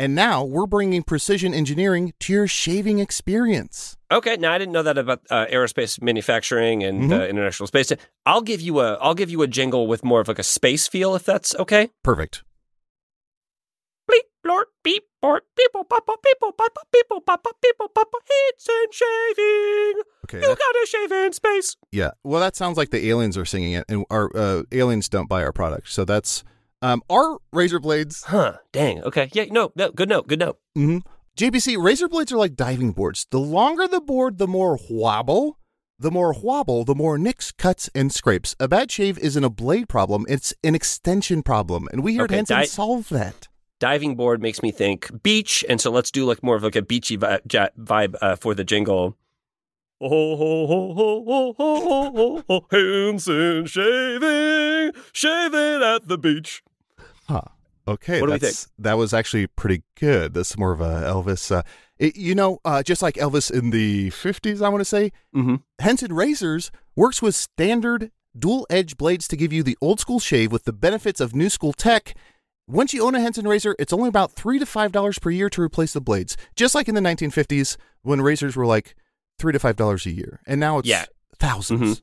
B: And now we're bringing precision engineering to your shaving experience.
C: Okay, now I didn't know that about uh, aerospace manufacturing and
B: Mm-hmm.
C: uh, international space. I'll give you a I'll give you a jingle with more of like a space feel if that's okay.
B: Perfect.
C: Bleep, blort, beep, bort, people, papa, people, papa, people, papa, people, papa, heats and shaving.
B: Okay.
C: You
B: that-
C: gotta shave in space.
B: yeah. Well, that sounds like the aliens are singing it, and our uh, aliens don't buy our product. So that's um, our razor blades.
C: Huh, dang, okay. Yeah, no, no, good note, good note.
B: Mm-hmm. JPC, razor blades are like diving boards. The longer the board, the more wobble. The more wobble, the more nicks, cuts, and scrapes. A bad shave isn't a blade problem, it's an extension problem. And we here
C: Okay,
B: at Henson
C: di-
B: solve that.
C: Diving board makes me think beach, and so let's do like more of like a beachy vi- ja- vibe uh, for the jingle. Oh, ho, ho, ho, ho, ho, ho, ho, hands and shaving, shaving at the beach.
B: Huh. Okay.
C: What do we
B: that's- That was actually pretty good. That's more of a Elvis. Uh, it- you know, uh, just like Elvis in the 50s, I want to say,
C: Mm-hmm.
B: Henson Razors works with standard dual edge blades to give you the old school shave with the benefits of new school tech. Once you own a Henson razor, it's only about three to five dollars per year to replace the blades. Just like in the 1950s when razors were like three to five dollars a year, and now it's
C: Yeah. Mm-hmm.
B: 1000s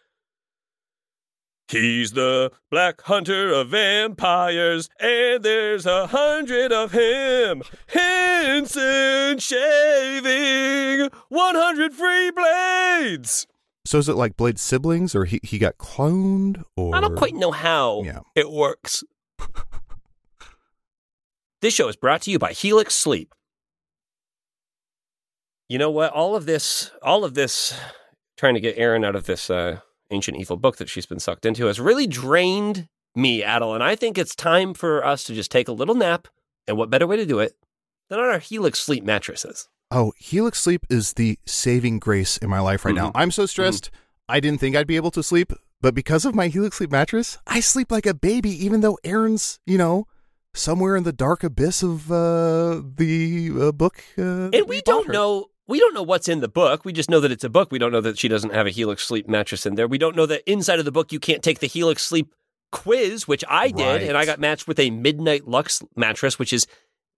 C: He's the black hunter of vampires, and there's a hundred of him. Henson shaving 100 free blades.
B: So is it like Blade's siblings, or he, he got cloned, or
C: I don't quite know how
B: Yeah.
C: it works. this show is brought to you by Helix Sleep. You know what? All of this, all of this, trying to get Erin out of this uh, ancient evil book that she's been sucked into has really drained me, Adel. And I think it's time for us to just take a little nap. And what better way to do it than on our Helix Sleep mattresses?
B: Oh, Helix Sleep is the saving grace in my life right now.
F: Mm-hmm.
C: Mhm.
B: I'm so stressed. I didn't think I'd be able to sleep, but because of my Helix Sleep mattress, I sleep like a baby, even though Aaron's you know somewhere in the dark abyss of uh, the uh, book. Uh, that
F: And we
B: bought
F: don't
B: her.
F: know we don't know what's in the book. We just know that it's a book. We don't know that she doesn't have a Helix Sleep mattress in there. We don't know that inside of the book you can't take the Helix Sleep quiz, which I did,
B: Right.
F: and I got matched with a Midnight Lux mattress, which is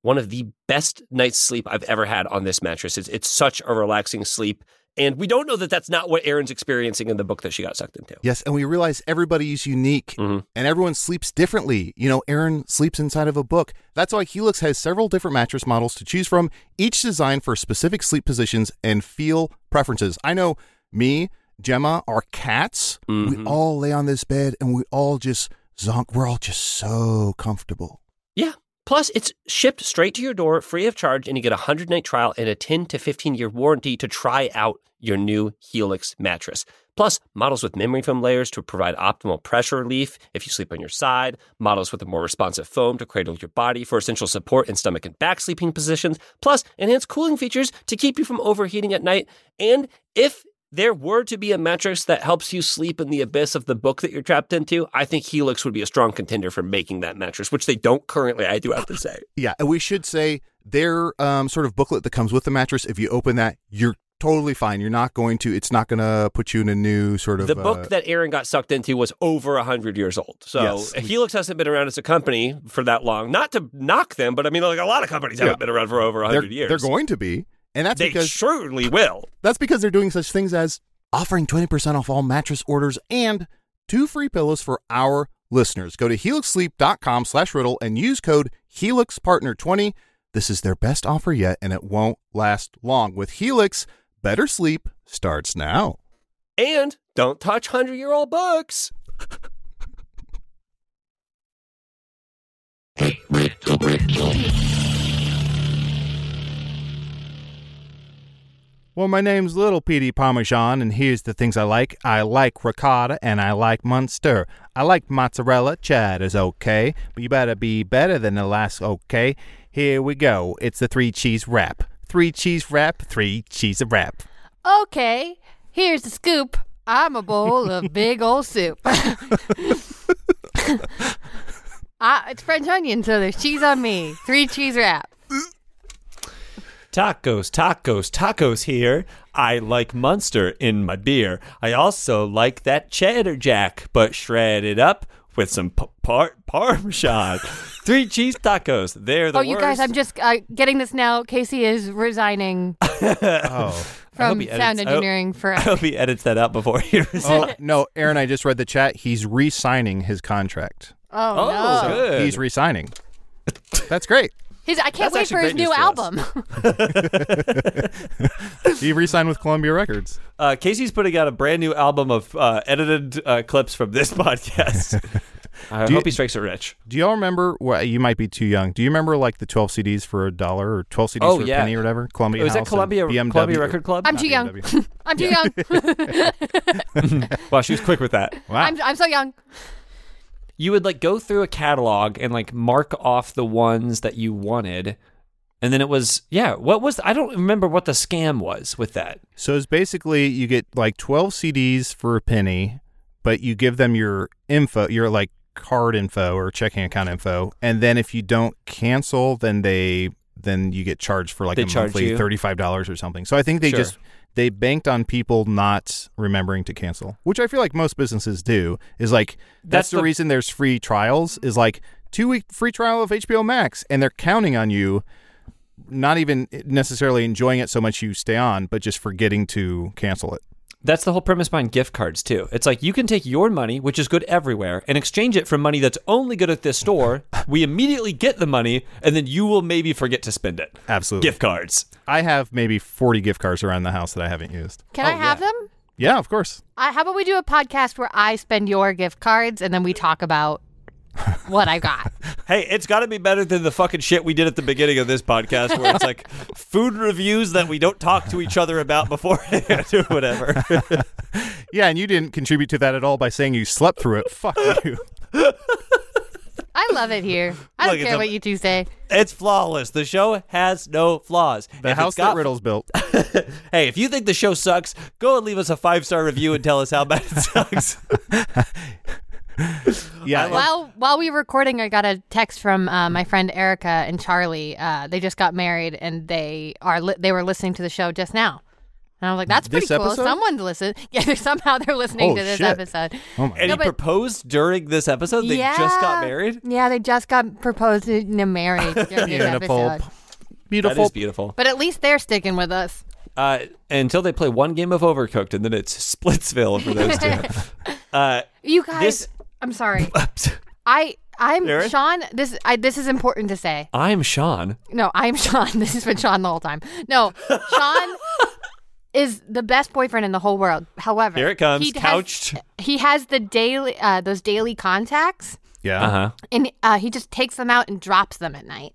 F: one of the best night's sleep I've ever had on this mattress. It's, it's such a relaxing sleep. And we don't know that that's not what Erin's experiencing in the book that she got sucked into.
B: Yes, and we realize everybody's unique
F: Mhm.
B: and everyone sleeps differently. You know, Aaron sleeps inside of a book. That's why Helix has several different mattress models to choose from, each designed for specific sleep positions and feel preferences. I know me, Gemma, our cats, we all lay on this bed and we all just zonk. We're all just so comfortable.
F: Yeah. Plus, it's shipped straight to your door free of charge, and you get a 100 night trial and a 10 to 15 year warranty to try out your new Helix mattress. Plus, models with memory foam layers to provide optimal pressure relief if you sleep on your side, models with a more responsive foam to cradle your body for essential support in stomach and back sleeping positions, plus, enhanced cooling features to keep you from overheating at night. And if there were to be a mattress that helps you sleep in the abyss of the book that you're trapped into, I think Helix would be a strong contender for making that mattress, which they don't currently, I do have to say.
B: Yeah, and we should say their um, sort of booklet that comes with the mattress. If you open that, you're totally fine. You're not going to. It's not going to put you in a new sort of
F: The
B: uh,
F: book that Aaron got sucked into was over 100 years old. So
B: Yes.
F: Helix hasn't been around as a company for that long. Not to knock them, but I mean, like a lot of companies
B: Yeah.
F: haven't been around for over 100
B: they're,
F: years.
B: They're going to be, and that's
F: They
B: because
F: surely will.
B: that's because they're doing such things as offering 20% off all mattress orders and two free pillows for our listeners. Go to helixsleep.com slash riddle and use code HelixPartner20. This is their best offer yet, and it won't last long. With Helix, better sleep starts now.
F: And don't touch 100 year old books.
B: Well, my name's Little Petey Parmesan, and here's the things I like. I like ricotta, and I like Munster. I like mozzarella. Cheddar's okay, but you better be better than the last okay. Here we go. It's the three cheese wrap. Three cheese wrap, three cheese a wrap.
D: Okay, here's the scoop. I'm a bowl of big old soup. [laughs] I, Uh, it's French onion, so there's cheese on me. Three cheese wrap.
C: Tacos, tacos, tacos here. I like Munster in my beer. I also like that cheddar jack, but shredded up with some p- par- [laughs] parmesan. Three cheese tacos. They're the
D: oh, you guys,
C: worst. [laughs]
D: I'm just uh, getting this now. Casey is resigning
B: Oh.
C: I hope
D: from
C: he edits-
D: sound
C: I hope-
D: engineering for.
C: [laughs] I hope he edits that out before
D: [laughs]
C: he resigns.
B: oh, no, Aaron, I just read the chat. He's re signing his contract.
D: Oh,
C: Oh,
D: no.
C: good.
B: He's re signing. That's great.
D: His, I can't
F: That's actually
D: wait for his
F: great news
D: new
F: for us.
D: album.
B: He re signed with Columbia Records.
C: Uh, Casey's putting out a brand new album of uh, edited uh, clips from this [laughs] podcast. I
B: Do you-
C: hope he strikes it rich.
B: Do y'all remember? Well, you might be too young. Do you remember like the twelve CDs for a dollar or twelve CDs
C: Oh,
B: for
C: yeah.
B: a penny or whatever? Columbia.
C: Was that
B: House and
C: Columbia,
B: BMW.
C: Columbia Record Club?
D: I'm too young.
B: BMW.
D: [laughs] I'm too young.
C: [laughs]
D: [laughs]
C: wow, she was quick with that.
B: Wow.
D: I'm, I'm so young.
C: you would like go through a catalog and like mark off the ones that you wanted and then it was yeah what was i don't remember what the scam was with that
B: so it's basically you get like twelve CDs for a penny, but you give them your info, your like card info or checking account info, and then if you don't cancel, then they then you get charged for like
C: They
B: a
C: charge
B: monthly
C: you.
B: thirty five dollars or something. So I think they
C: Sure.
B: just they banked on people not remembering to cancel, which I feel like most businesses do. Is like that's,
C: That's
B: the,
C: the-
B: reason there's free trials. Is like two week free trial of HBO Max, and they're counting on you. Not even necessarily enjoying it so much you stay on, but just forgetting to cancel it.
C: that's the whole premise behind gift cards too it's like you can take your money which is good everywhere and exchange it for money that's only good at this store we immediately get the money and then you will maybe forget to spend it
B: Absolutely.
C: gift cards
B: I have maybe 40 gift cards around the house that I haven't used.
C: Oh,
D: Can I have them?
B: Yeah, of course.
D: I, how about we do a podcast where I spend your gift cards and then we talk about what I
C: [laughs]
D: got?
C: hey it's got to be better than the fucking shit we did at the beginning of this podcast where it's like food reviews that we don't talk to each other about beforehand [laughs] or whatever
B: Yeah, and you didn't contribute to that at all by saying you slept through it.
C: [laughs]
B: Fuck you.
D: I love it here. I
C: Look,
D: don't
C: it's
D: care
C: a-
D: what you two say.
C: It's flawless. The show has no flaws.
B: The
C: If
B: house
C: it's got-
B: that Riddle's
C: [laughs]
B: built.
C: Hey, if you think the show sucks,
D: [laughs]
C: go and leave us a five star review and tell us how bad it sucks.
B: Yeah.
D: While while we were recording, I got a text from uh, my friend Erica and Charlie. Uh, they just got married, and they are li- they were listening to the show just now. And I was like, "That's pretty
B: This
D: cool.
B: episode?
D: Someone's listening. [laughs] Yeah, they're, somehow they're listening
B: Oh,
D: to this
B: shit.
D: episode.
B: oh my
C: And
D: No,
C: he
D: but-
C: proposed during this episode. They just got married.
D: Yeah, they just got proposed and married during this
B: Beautiful.
D: episode.
C: That
B: Beautiful.
C: is beautiful.
D: But at least they're sticking with us.
C: Uh, until they play one game of Overcooked, and then it's Splitsville for
D: [laughs]
C: those two. uh,
D: You guys,
C: This-
D: I'm sorry. I I'm
C: Erin?
D: Sean. This I, this is important to say.
C: I'm Sean.
D: No, I'm Sean. [laughs] This has been Sean the whole time. No, Sean is the best boyfriend in the whole world. However,
C: Here it comes,
D: has-
C: couched.
D: he has the daily uh, those daily contacts,
B: yeah.
C: Uh huh.
D: and uh, he just takes them out and drops them at night.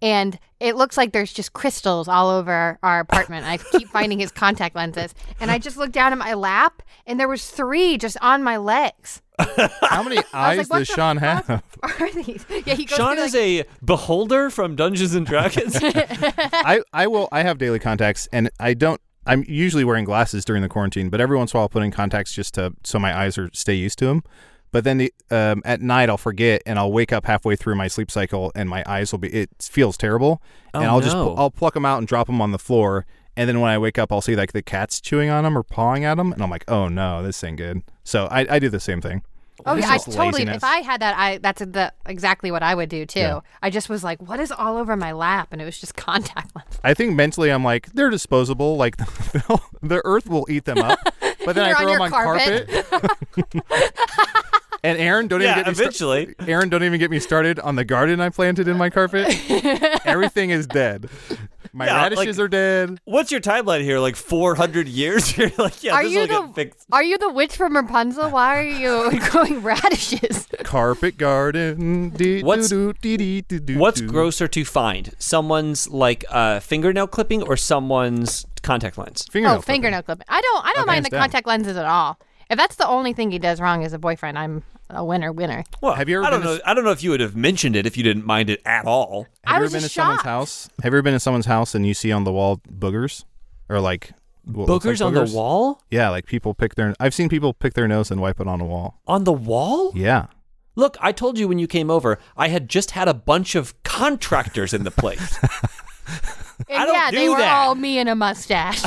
D: And it looks like there's just crystals all over our apartment. I keep finding his contact lenses, and I just looked down at my lap, and there was three just on my legs.
B: How many
D: [laughs] I
B: eyes
D: was like, what
B: does
D: the
B: Sean
D: fuck
B: have?
D: Are these? [laughs] Yeah, he goes
C: Sean
D: through,
C: is
D: like-
C: a beholder from
D: [laughs]
C: Dungeons and Dragons.
B: I, I will. I have daily contacts, and I don't. I'm usually wearing glasses during the quarantine, but every once in a while I'll put in contacts just to so my eyes are stay used to them. But then the, um, at night I'll forget, and I'll wake up halfway through my sleep cycle, and my eyes will be. It feels terrible, and
C: Oh,
B: I'll just
C: no.
B: pu- I'll pluck them out and drop them on the floor. And then when I wake up, I'll see like the cats chewing on them or pawing at them, and I'm like, oh no, this ain't good. So I, I do the same thing.
D: Oh
B: It's
D: yeah, I
B: just
D: totally.
B: laziness.
D: If I had that, I that's the exactly what I would do too. I just was like, "What is all over my lap?" And it was just [laughs] contact lenses.
B: I think mentally I'm like they're disposable. Like [laughs] they'll- the earth will eat them
D: [laughs]
B: up. But then
D: They're
B: I
D: on
B: throw
D: your
B: them on carpet. [laughs] and Aaron, don't
C: yeah,
B: even get me sta-
C: eventually.
B: Aaron, don't even get me started on the garden I planted in my
D: [laughs]
B: carpet. Everything is dead. My
C: Yeah, like-
B: radishes are dead.
C: What's your timeline here? Like 400 years? [laughs] You're like, yeah,
D: are
C: this
D: you
C: will
D: the
C: get fixed.
D: Are you the witch
B: [laughs]
D: from Rapunzel? Why are you [laughs] growing radishes?
B: Carpet garden. Dee,
C: What's-
B: doo, doo, dee, dee, doo,
C: What's
B: doo.
C: grosser to find? Someone's like uh, fingernail clipping or someone's contact lens?
B: [laughs] Fingernail
D: oh,
B: clipping.
D: fingernail clipping. I don't. I don't
B: Oh,
D: mind
B: hands
D: the
B: down.
D: contact lenses at all. If that's the only thing he does wrong as a boyfriend, I'm a winner.
C: [laughs]
D: Winner.
C: Well,
B: Have you ever
C: I don't
B: been
C: know.
B: to-
C: I don't know if you would have mentioned it if you didn't mind it at all.
B: Have
D: I
B: you
D: was
B: ever been to
D: just
B: someone's
D: shocked.
B: house? Have you ever been to someone's house and you see on the wall boogers or like what looks like
C: Boogers on the wall?
B: Yeah, like people pick their. I've seen people pick their nose and wipe it on a wall.
C: On the wall?
B: Yeah.
C: Look, I told you when you came over, I had just had a bunch of contractors in the [laughs] place.
D: And
C: don't
D: yeah,
C: do
D: they were
C: that.
D: all me and a
C: [laughs]
D: mustache.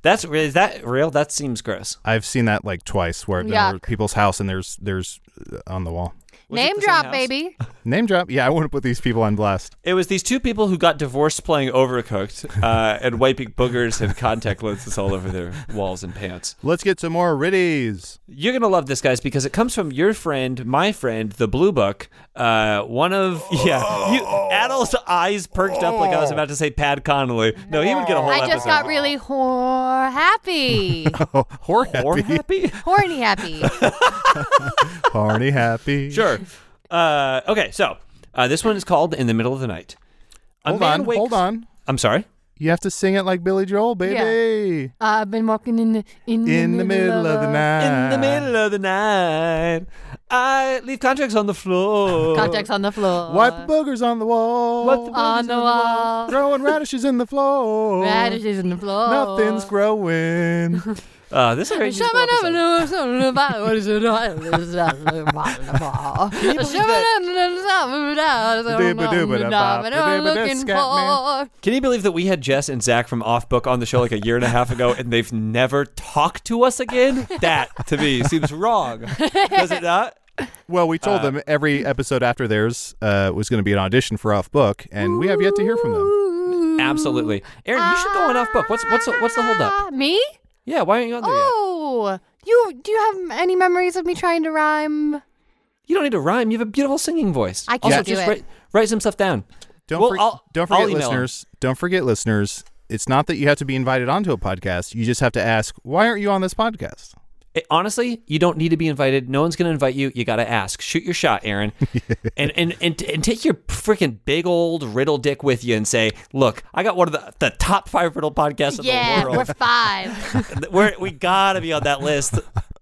C: That's is that real? That seems gross.
B: I've seen that like twice where I've been over
D: Yuck.
B: to people's house and there's there's uh, on the wall.
C: Was it
D: Name
C: the same
D: drop,
C: house? [laughs]
D: baby.
B: Name drop. Yeah, I want to put these people on blast.
C: It was these two people who got divorced playing Overcooked uh, and wiping boogers and contact lenses all over their walls and pants.
B: Let's get some more riddies.
C: You're gonna love this, guys, because it comes from your friend, my friend, the Blue Book. Uh, one of [laughs] yeah, you Adol's eyes perked up like I was about to say Pat Connolly. No, he would get a whole
D: I
C: episode.
D: just got really
B: [laughs]
D: whore happy,
B: Oh, whore
C: Or
B: happy.
C: [laughs] happy.
B: [laughs]
D: horny happy.
B: Horny happy.
C: [laughs] Sure. Uh, okay, so uh, this one is called "In the Middle of the Night." A
B: Hold
C: man
B: on.
C: wakes-
B: Hold on.
C: I'm sorry.
B: You have to sing it like Billy Joel, baby.
D: I've been walking in the in,
B: In the middle of the
D: a-
B: night.
C: In the middle of the night, I leave contracts on the floor.
D: Contacts on the floor.
B: Wipe the boogers on the wall.
C: Wipe the
D: on the wall.
B: Throwing radishes in the floor.
D: Radishes on the floor.
B: Nothing's growing.
C: Uh, this is a very
D: Shove
C: musical
D: it up
C: episode.
D: in the- something about what is it on the wall. Shove it up in the- something about what is it I'm looking for.
C: Can you believe that we had Jess and Zach from Off Book on the show like a year and a half ago and they've never talked to us again? That to me seems wrong. Does it not?
B: Well, we
C: Uh,
B: told them
C: mm.
B: every episode after theirs uh, was going to be an audition for Off Book, and we have yet to hear from them.
C: Absolutely. Aaron, you should go on Off Book. What's what's what's the holdup?
D: Ah, Me?
C: Yeah, why aren't you on there yet?
D: Oh, you do you have any memories of me trying to rhyme?
C: You don't need to rhyme. You have a beautiful singing voice.
D: I can't
C: also,
D: do
C: just
D: it.
C: Write, write some stuff down.
B: Don't,
C: Well,
B: for-
C: I'll-
B: don't
C: I'll
B: forget,
C: email 'em.
B: listeners. Don't forget, listeners. It's not that you have to be invited onto a podcast. You just have to ask, why aren't you on this podcast?
C: It- honestly, you don't need to be invited. No one's going to invite you. You got to ask. Shoot your shot,
D: [laughs]
C: Aaron. and, and and and take your freaking big old riddle dick with you and say, "Look, I got one of the, the top 5 riddle podcasts in
D: Yeah,
C: the
D: we're
C: world.
D: five.
C: We're, we got to be on that list."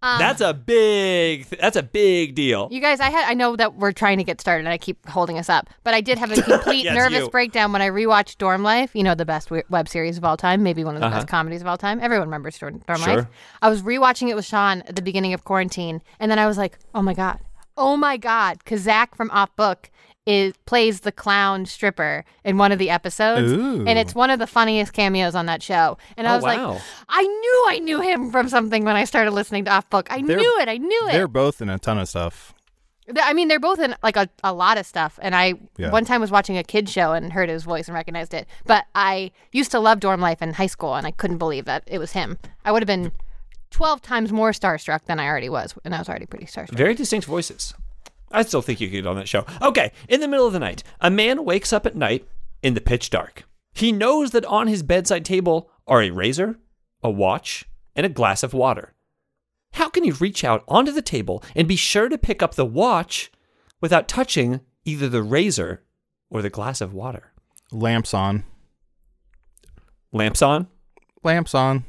C: that's a big that's a big deal.
D: You guys, I had I know that we're trying to get started and I keep holding us up, but I did
C: [laughs]
D: have a complete
C: Yes,
D: nervous
C: you.
D: breakdown when I rewatched Dorm Life, you know, the best we- web series of all time, maybe one of the
C: Uh-huh.
D: best comedies of all time. Everyone remembers Dorm, Dorm Life. I was rewatching it with Sean at the beginning of quarantine, and then I was like, "Oh my god, oh my god, because Zach from Off Book is plays the clown stripper in one of the episodes,
B: Ooh.
D: and it's one of the funniest cameos on that show. And I
C: Oh,
D: was
C: wow.
D: like, I knew I knew him from something when I started listening to Off Book. I
B: They're-
D: knew it. I knew it.
B: They're both in a ton of stuff.
D: Th- I mean, they're both in like a, a lot of stuff. And I
B: Yeah.
D: one time was watching a kid show and heard his voice and recognized it. But I used to love dorm life in high school, and I couldn't believe that it was him. I would have been twelve times more starstruck than I already was, and I was already pretty starstruck.
C: Very distinct voices. I still think you could get on that show. Okay, in the middle of the night, a man wakes up at night in the pitch dark. He knows that on his bedside table are a razor, a watch, and a glass of water. How can he reach out onto the table and be sure to pick up the watch without touching either the razor or the glass of water?
B: Lamps on.
C: Lamps on.
B: Lamps on.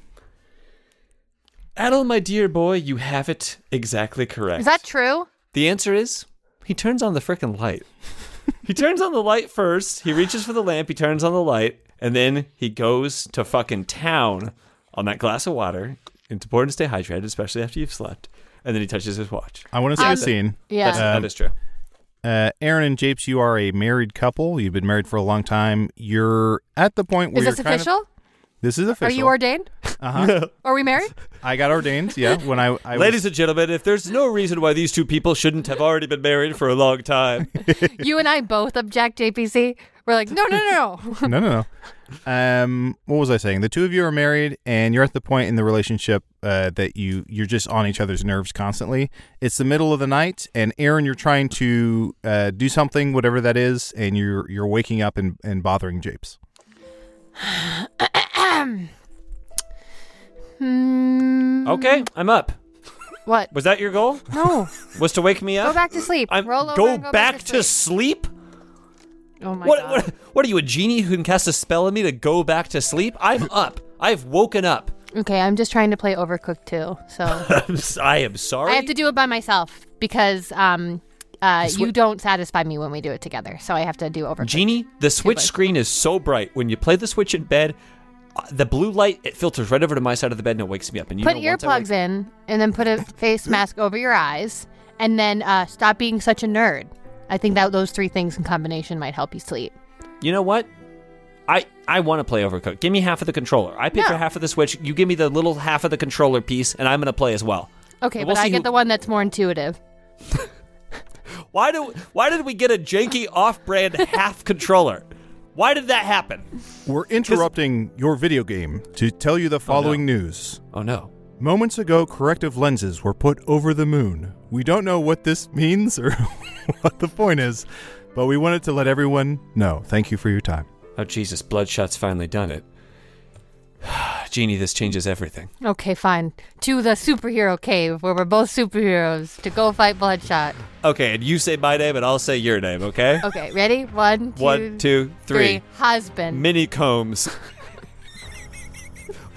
C: Adel, my dear boy, you have it exactly correct.
D: Is that true?
C: The answer is he turns on the
D: [laughs]
C: frickin' light. he turns on the light first. He reaches for the lamp. He turns on the light, and then he goes to fucking town on that glass of water. It's important to stay hydrated, especially after you've slept. And then he touches his watch.
B: I want to see a
D: Um,
B: scene.
D: Yeah.
C: That's, that is true.
B: Uh, Aaron and Japes, you are a married couple. You've been married for a long time. You're at the point where
D: Is this
B: you're kind of-
D: official?
B: this is
D: Are
B: official.
D: you ordained?
B: Uh-huh.
D: [laughs] Are we
C: [laughs]
D: married?
B: I got ordained. Yeah, when I, I was-
C: Ladies and gentlemen, if there's no reason why these two people shouldn't have already been married for a
D: [laughs]
C: long time,
D: you and I both object, JPC. We're like, no, no, no,
C: [laughs]
B: [laughs]
D: no.
B: no, no, no. Um, what was I saying? The two of you are married, and you're at the point in the relationship uh, that you you're just on each other's nerves constantly. It's the middle of the night, and Aaron, you're trying to uh, do something, whatever that is, and you're you're waking up and, and bothering Japes.
C: okay, I'm up.
D: Hmm, What?
C: Was that your goal?
D: No.
C: Was to wake me up?
D: Go back to sleep.
C: I'm,
D: Roll over.
C: go,
D: and
C: back, to,
D: to
C: sleep.
D: Oh my
C: what,
D: god.
C: what what are you a genie who can cast a spell on me to go back to sleep? I'm up. I've woken up.
D: Okay, I'm just trying to play Overcooked too. So.
C: I'm, s- I am sorry.
D: I have to do it by myself because um, uh, you don't satisfy me when we do it together. So I have to do over.
C: genie, the switch
D: bud.
C: screen is so bright. When you play the switch in bed, uh, the blue light it filters right over to my side of the bed and it wakes me up. And you
D: Put
C: know, once I
D: earplugs
C: wake-
D: in and then
C: [laughs]
D: put a face mask over your eyes and then uh, stop being such a nerd. I think that those three things in combination might help you sleep.
C: You know what? I I want to play Overcooked. Give me half of the controller. I pay for
D: No.
C: half of the switch. You give me the little half of the controller piece, and I'm gonna play as well.
D: Okay,
C: We'll
D: but I
C: see
D: get
C: who-
D: the one that's more intuitive.
C: Why do Why did we get a janky off-brand [laughs] half controller? Why did that happen?
B: We're interrupting your video game to tell you the following news.
C: Oh no.
B: Moments ago, corrective lenses were put over the moon. We don't know what this means or [laughs] what the point is, but we wanted to let everyone know. Thank you for your time.
C: Oh, Jesus, Bloodshot's finally done it. [sighs] Genie, this changes everything.
D: Okay, fine. To the superhero cave where we're both superheroes to go fight Bloodshot.
C: Okay, and you say my name and I'll say your name, okay?
D: Okay, ready? One, two,
C: One, two, three.
D: Husband.
C: Mini [laughs] combs.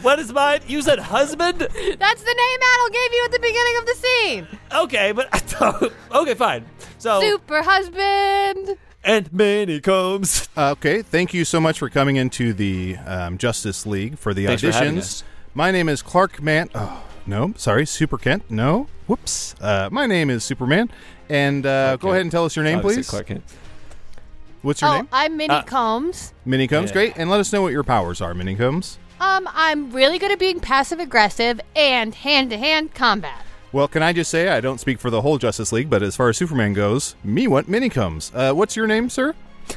C: what is mine? You said husband?
D: that's the name Adel gave you at the beginning of the scene.
C: Okay, but [laughs] I thought. Okay, fine. So,
D: Super husband.
C: and mini combs.
B: Uh, okay, thank you so much for coming into the um, Justice League for the
C: Thanks for
B: auditions.
C: having us.
B: My name is Clark Man. Oh, no, sorry, Super Kent. No, whoops. Uh, my name is Superman. And uh, go
C: Kent.
B: ahead and tell us your name,
C: Obviously,
B: please.
C: Clark Kent.
B: What's your
D: oh,
B: name?
D: I'm Minnie
C: Uh,
D: Combs.
B: Minicombs.
C: yeah.
B: Great. And let us know what your powers are, Minicombs.
D: Um, I'm really good at being passive aggressive and hand to hand combat.
B: Well, can I just say I don't speak for the whole Justice League, but as far as Superman goes, me want Minicombs. Uh, what's your name, sir?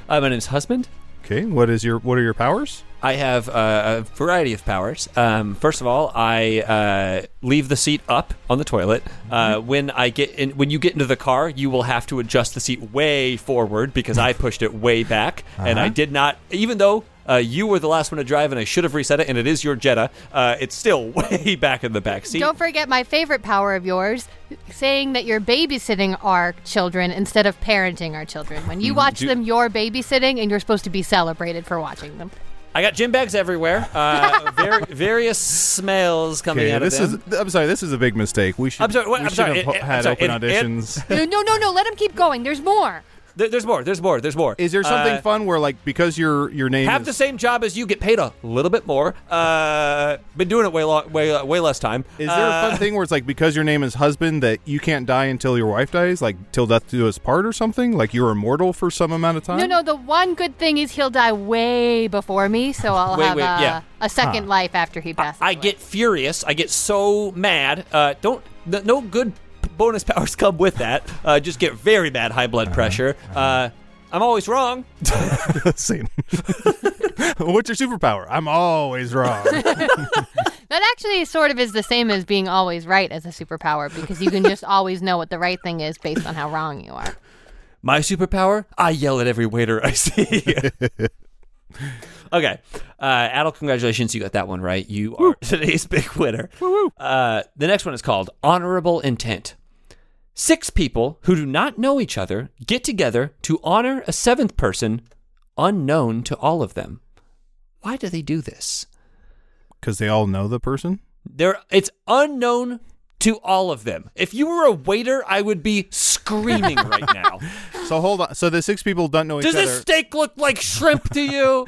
C: Uh, my name's Husband.
B: Okay, what is your what are your powers?
C: I have uh, a variety of powers. Um, first of all, I uh, leave the seat up on the toilet. Uh,
B: Mm-hmm.
C: when I get in, when you get into the car, you will have to adjust the seat way forward
B: [laughs]
C: because I pushed it way back, and
B: Uh-huh.
C: I did not. Even though uh, you were the last one to drive, and I should have reset it, and it is your Jetta, uh, it's still [laughs] way back in the back seat.
D: Don't forget my favorite power of yours, saying that you're babysitting our children instead of parenting our children. When you watch
C: Mm, do-
D: them, you're babysitting, and you're supposed to be celebrated for watching them.
C: I got gym bags everywhere.
B: [laughs]
C: Uh, var- various smells coming
B: Okay,
C: out
B: this
C: of
B: is
C: them.
B: I'm sorry, this is a big mistake. We should
C: I'm sorry, what-
B: we
C: I'm
B: should
C: sorry,
B: have
C: it- it-
B: had
C: I'm sorry,
B: open
C: it- it-
B: auditions.
D: no, no, no, no. Let him keep going. There's more.
C: There- There's more. There's more. There's more.
B: Is there something
C: Uh,
B: fun where like because your your name
C: have
B: is,
C: the same job as you, get paid a little bit more. Uh, been doing it way long, way uh, way less time. Uh,
B: Is there a fun thing where it's like because your name is husband that you can't die until your wife dies, like till death do us part or something? Like you're immortal for some amount of time?
D: No, no. The one good thing is he'll die way before me, so I'll
C: Wait,
D: have
C: wait,
D: a,
C: yeah.
D: a second life after he
C: I,
D: passes.
C: I
D: away.
C: get furious. I get so mad. Uh, don't no- no good p- bonus [laughs] powers come with that. Uh, just get very bad high
B: Uh-huh.
C: blood pressure. Uh, I'm always wrong.
B: [laughs] Same. [laughs] What's your superpower? I'm always
D: [laughs]
B: wrong.
D: that. Actually, sort of is the same as being always right as a superpower because you can just always know what the right thing is based on how wrong you are.
C: My superpower? I yell at every waiter I see. okay. Uh, Adel, congratulations. You got that one right. You are [laughs] today's big winner. Uh, the next one is called Honorable Intent. Six people who do not know each other get together to honor a seventh person unknown to all of them. Why do they do this?
B: Because they all know the person?
C: There, it's unknown to all of them. If you were a waiter, I would be screaming right now.
B: So hold on. So the six people don't know each
C: Does
B: other.
C: this steak look like shrimp to [laughs] you?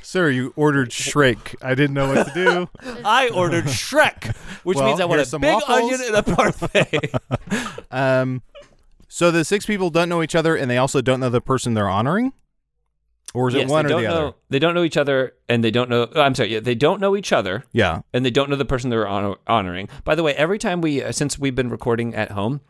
B: Sir, you ordered Shrek. I didn't know what to do.
C: [laughs] I ordered Shrek, which
B: Well,
C: means I want
B: here's
C: a
B: some
C: big
B: waffles.
C: onion and
B: [laughs]
C: a parfait.
B: Um, so the six people don't know each other and they also don't know the person they're honoring? Or is it
C: Yes,
B: one or
C: they don't
B: the
C: know,
B: other?
C: They don't know each other, and they don't know. oh, I'm sorry, yeah, they don't know each other,
B: Yeah.
C: and they don't know the person they're honor- honoring. By the way, every time we uh, since we've been recording at home.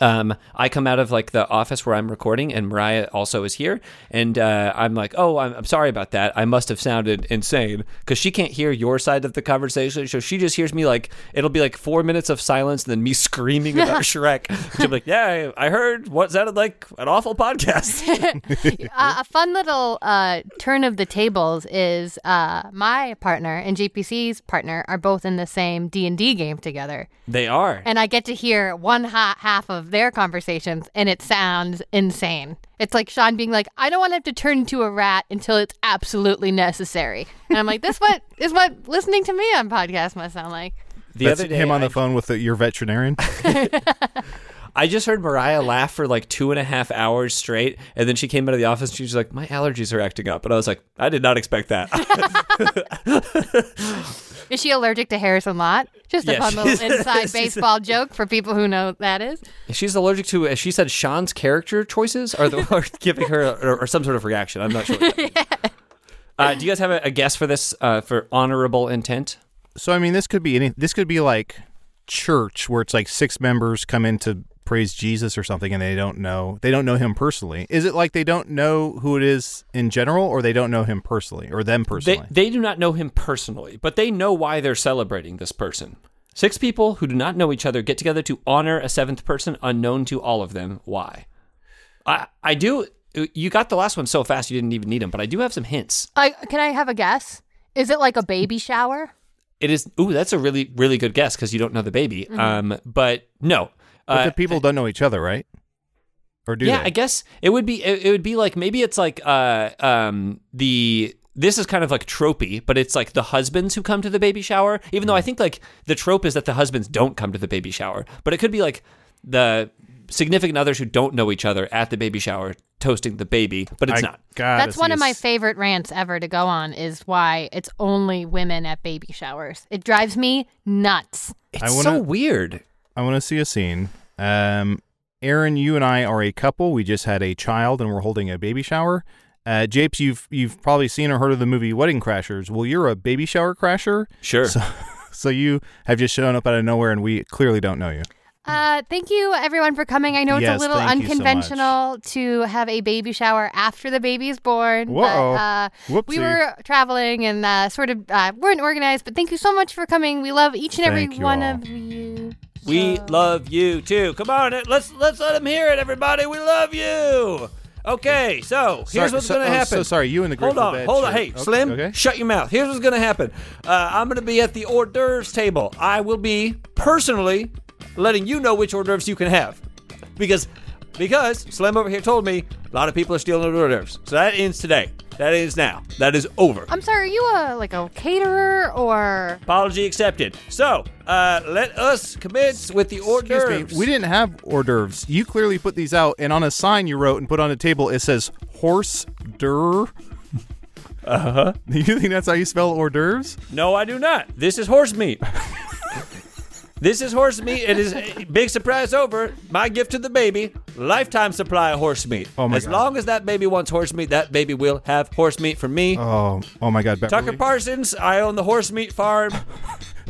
C: Um, I come out of like the office where I'm recording, and Mariah also is here. And uh, I'm like, "Oh, I'm, I'm sorry about that. I must have sounded insane because she can't hear your side of the conversation, so she just hears me like it'll be like four minutes of silence, and then me [laughs] screaming about Shrek. She'll be like, "Yeah, I I heard what sounded like an awful podcast."
D: uh, a fun little uh, turn of the tables is uh, my partner and JPC's partner are both in the same D and D game together,
C: They are.
D: and I get to hear one ha- half of their conversations, and it sounds insane. It's like Sean being like, "I don't want to have to turn into a rat until it's absolutely necessary," and I'm like, "This what is what listening to me on podcasts must sound like."
C: The
B: That's
C: other day,
B: him on
C: I,
B: the phone with the, your veterinarian.
C: I just heard Mariah laugh for like two and a half hours straight, and then she came out of the office. and She was like, "My allergies are acting up," and I was like, "I did not expect that." [laughs]
D: Is she allergic to Harrison Lott? Just a
C: Yeah,
D: fun
B: [laughs]
C: she's-
D: little inside
C: she's-
D: baseball joke for people who know what that is.
C: She's allergic to. uh, She said Sean's character choices are, the, are giving her or, or some sort of reaction. I'm not sure. What that means. uh, do you guys have a, a guess for this? Uh, for honorable intent?
B: So I mean, this could be any. This could be like church, where it's like six members come in to praise Jesus or something, and they don't know they don't know him personally. Is it like they don't know who it is in general, or they don't know him personally, or them
C: They
B: personally?
C: they do not know him personally, but they know why they're celebrating this person. Six people who do not know each other get together to honor a seventh person unknown to all of them. Why? I I do. uh, You got the last one so fast you didn't even need them, but I do have some hints.
D: I, can I have a guess? Is it like a baby shower?
C: It is. Ooh, that's a really really good guess because you don't know the baby. Um, but no.
B: but
C: Uh,
B: the people don't know each other, right? Or do
C: yeah,
B: they?
C: I guess it would be it, it would be like maybe it's like uh um the this is kind of like tropey, but it's like the husbands who come to the baby shower. Even
B: Hmm.
C: though I think like the trope is that the husbands don't come to the baby shower, but it could be like the significant others who don't know each other at the baby shower toasting the baby, but it's
B: I
C: not.
B: gotta
D: That's
B: see
D: one of
B: a
D: my
B: s-
D: favorite rants ever to go on is why it's only women at baby showers. It drives me nuts.
C: It's
B: I
C: so
B: wanna-
C: weird.
B: I want to see a scene. Um, Aaron, you and I are a couple. We just had a child, and we're holding a baby shower. Uh, Japes, you've you've probably seen or heard of the movie Wedding Crashers. Well, you're a baby shower crasher.
C: Sure.
B: So, so you have just shown up out of nowhere, and we clearly don't know you.
D: Uh, thank you everyone for coming. I know it's
B: Yes,
D: a little
B: thank you so
D: unconventional to have a baby shower after the baby is born.
B: Whoa.
D: But, uh, we
B: Whoopsie.
D: were traveling and uh, sort of uh, weren't organized, but thank you so much for coming. We love each and every
B: Thank you
D: one
B: all.
D: of you.
C: We love you too. Come on, uh, let's let's let them hear it, everybody. We love you. Okay, so here's
B: Sorry,
C: what's
B: so-
C: gonna
B: oh,
C: happen.
B: so sorry, you and the
C: hold
B: Grateful
C: on,
B: Dead
C: hold on.
B: shirt.
C: Hey,
B: Okay,
C: Slim,
B: okay.
C: shut your mouth. Here's what's gonna happen. Uh, I'm gonna be at the hors d'oeuvres table. I will be personally letting you know which hors d'oeuvres you can have, because because Slim over here told me A lot of people are stealing orders. So that ends today. That ends now. That is over.
D: I'm sorry, are you a like a caterer or
C: Apology accepted. So, uh, let us commence with the hors
B: Excuse
C: d'oeuvres.
B: me, we didn't have hors d'oeuvres. You clearly put these out, and on a sign you wrote and put on a table, it says horse d'oeuvre. Uh
C: [laughs] Uh-huh.
B: huh. Do [laughs] you think that's how you spell hors d'oeuvres?
C: No, I do not. This is horse meat. this is horse meat. It is big surprise over. My gift to the baby: lifetime supply of horse meat.
B: Oh my
C: as
B: God.
C: long as that baby wants horse meat, that baby will have horse meat from me.
B: Oh, oh my God, Beverly.
C: Tucker Parsons, I own the horse
B: [laughs]
C: meat farm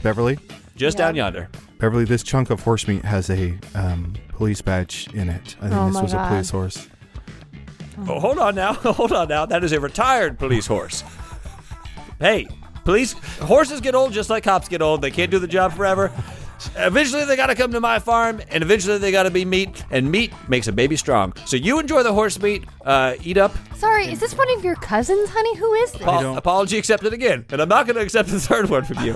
B: Beverly,
C: just down yonder.
B: Beverly, this chunk of horse meat has a um, police badge in it. I think
D: Oh
B: this
D: my
B: was a
D: God.
B: police horse.
C: Oh, hold on now, [laughs] hold on now. That is a retired police horse. Hey, police horses get old just like cops get old. They can't do the job forever. Eventually, they got to come to my farm, and eventually, they got to be meat. And meat makes a baby strong. So you enjoy the horse meat. Uh, eat up.
D: Sorry, is this one of your cousins, honey? Who is this?
C: Apo- apology accepted again, and I'm not going to accept the third one from you.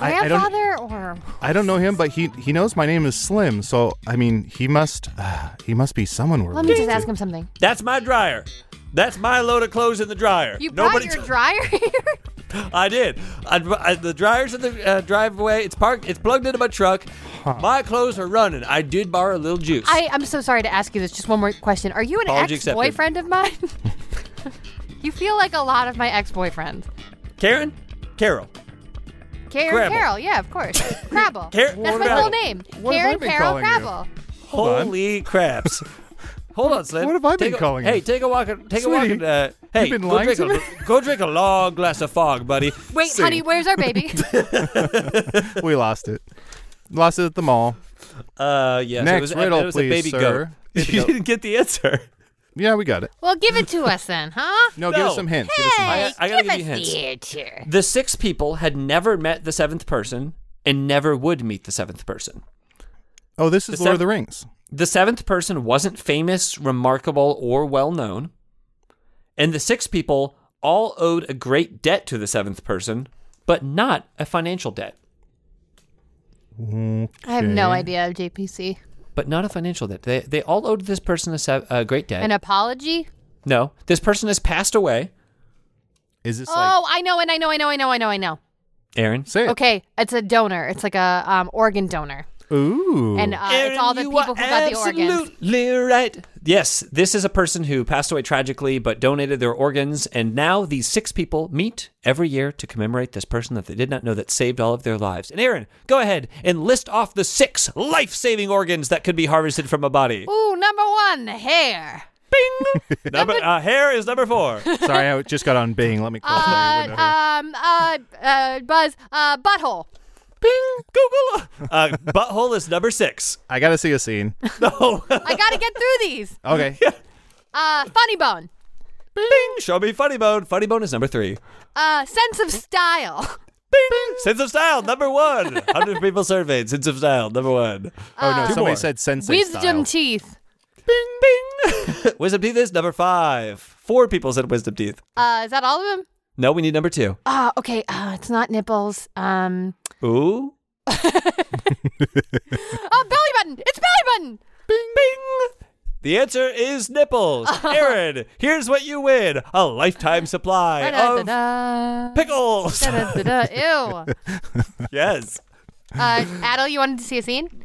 B: I- I don't-
D: Grandfather or
B: I don't know him, but he he knows my name is Slim. So I mean, he must [sighs] uh, he must be someone we're.
D: Let me
B: related
D: just
B: to.
D: ask him something.
C: That's my dryer. That's my load of clothes in the dryer.
D: You brought your
C: t-
D: dryer [laughs] here?
C: I did. I, I- the dryer's in the uh, driveway. It's parked. It's plugged into my truck. My clothes are running. I did borrow a little juice.
D: I, I'm so sorry to ask you this. Just one more question. Are you an
C: Apology
D: ex
C: accepted.
D: boyfriend of mine?
C: [laughs]
D: you feel like a lot of my ex boyfriends.
C: Karen, Carol.
D: Karen
C: Crabble.
D: Carroll, yeah, of course.
C: [laughs]
D: Crabble. That's
C: Car-
D: my
C: Crabble.
D: whole name.
B: What have I
D: Karen
B: been
D: Carroll
B: calling you?
D: Crabble.
B: on. [laughs]
C: Holy craps! Hold on, Slim.
B: what have I been
C: Take a-
B: calling
C: Hey,
B: you?
C: take a walk. and- Take a walk.
B: Sweetie,
C: And, uh, hey,
B: been
C: go
B: lying
C: drink
B: to
C: a,
B: me?
C: [laughs] Go drink a long glass of fog, buddy.
D: Wait, honey, where's our baby?
C: [laughs]
B: we lost it. Lost it at the mall.
C: Uh, yes.
B: Next
C: it was,
B: riddle,
C: it was
B: please,
C: a baby
B: sir. [laughs]
C: goat. You didn't get the answer.
B: Yeah, we got it.
D: well, give it to us then, huh?
B: No, give
C: No.
B: us some hints. Give us some hints.
C: I, I gotta give you hints.
D: Theater.
C: The six people had never met the seventh person and never would meet the seventh person.
B: Oh, this is
C: The
B: Lord
C: sev-
B: of the Rings.
C: The seventh person wasn't famous, remarkable, or well known. And the six people all owed a great debt to the seventh person, but not a financial debt.
B: Mm,
D: I have no
B: Okay.
D: idea of JPC.
C: But not a financial debt. They, they all owed this person a, se- a great debt.
D: An apology?
C: no, this person has passed away.
B: Is this like
D: Oh, I know, and I know, I know, I know, I know, I know.
C: Aaron.
B: say it?
D: Okay, it's a donor. It's like a um, organ donor,
B: Ooh.
D: and uh, it's all the
C: you
D: people
C: are
D: who got the organs.
C: Absolutely right. Yes, this is a person who passed away tragically but donated their organs, and now these six people meet every year to commemorate this person that they did not know that saved all of their lives. And Aaron, go ahead and list off the six life-saving organs that could be harvested from a body.
D: Ooh, number one, hair.
C: number, uh, hair is number four.
D: [laughs]
B: Sorry, I just got on Bing. Let me close my
D: Uh,
B: window. here.
D: um, uh, uh, Buzz, uh, butthole.
C: Google. Uh, butthole is number six. [laughs]
B: I gotta see a scene.
C: No. [laughs]
D: I gotta get through these.
B: [laughs] Okay.
D: Uh, funny bone.
C: Bing. Show me funny bone. Funny bone is number three.
D: Uh, sense of
C: [laughs]
D: style.
C: Sense of style, number one. 100 people surveyed. Sense of style, number one.
B: oh
D: Uh,
B: no, somebody
C: more.
B: said sensei
D: Wisdom
B: style.
D: teeth.
C: Bing, bing. [laughs] wisdom teeth is number five. Four people said wisdom teeth.
D: Uh, is that all of them?
C: No, we need number two.
D: Uh, okay. Uh, it's not nipples. Um,
C: Ooh.
D: oh, belly button. It's belly button.
C: Bing, bing. The answer
D: [laughs]
C: is nipples. Aaron, here's what you win a lifetime supply of oh.
D: Da-da-da-da.
C: pickles.
D: Da-da-da-da. Ew.
C: [laughs] yes.
D: Uh, Adel, you wanted to see a scene?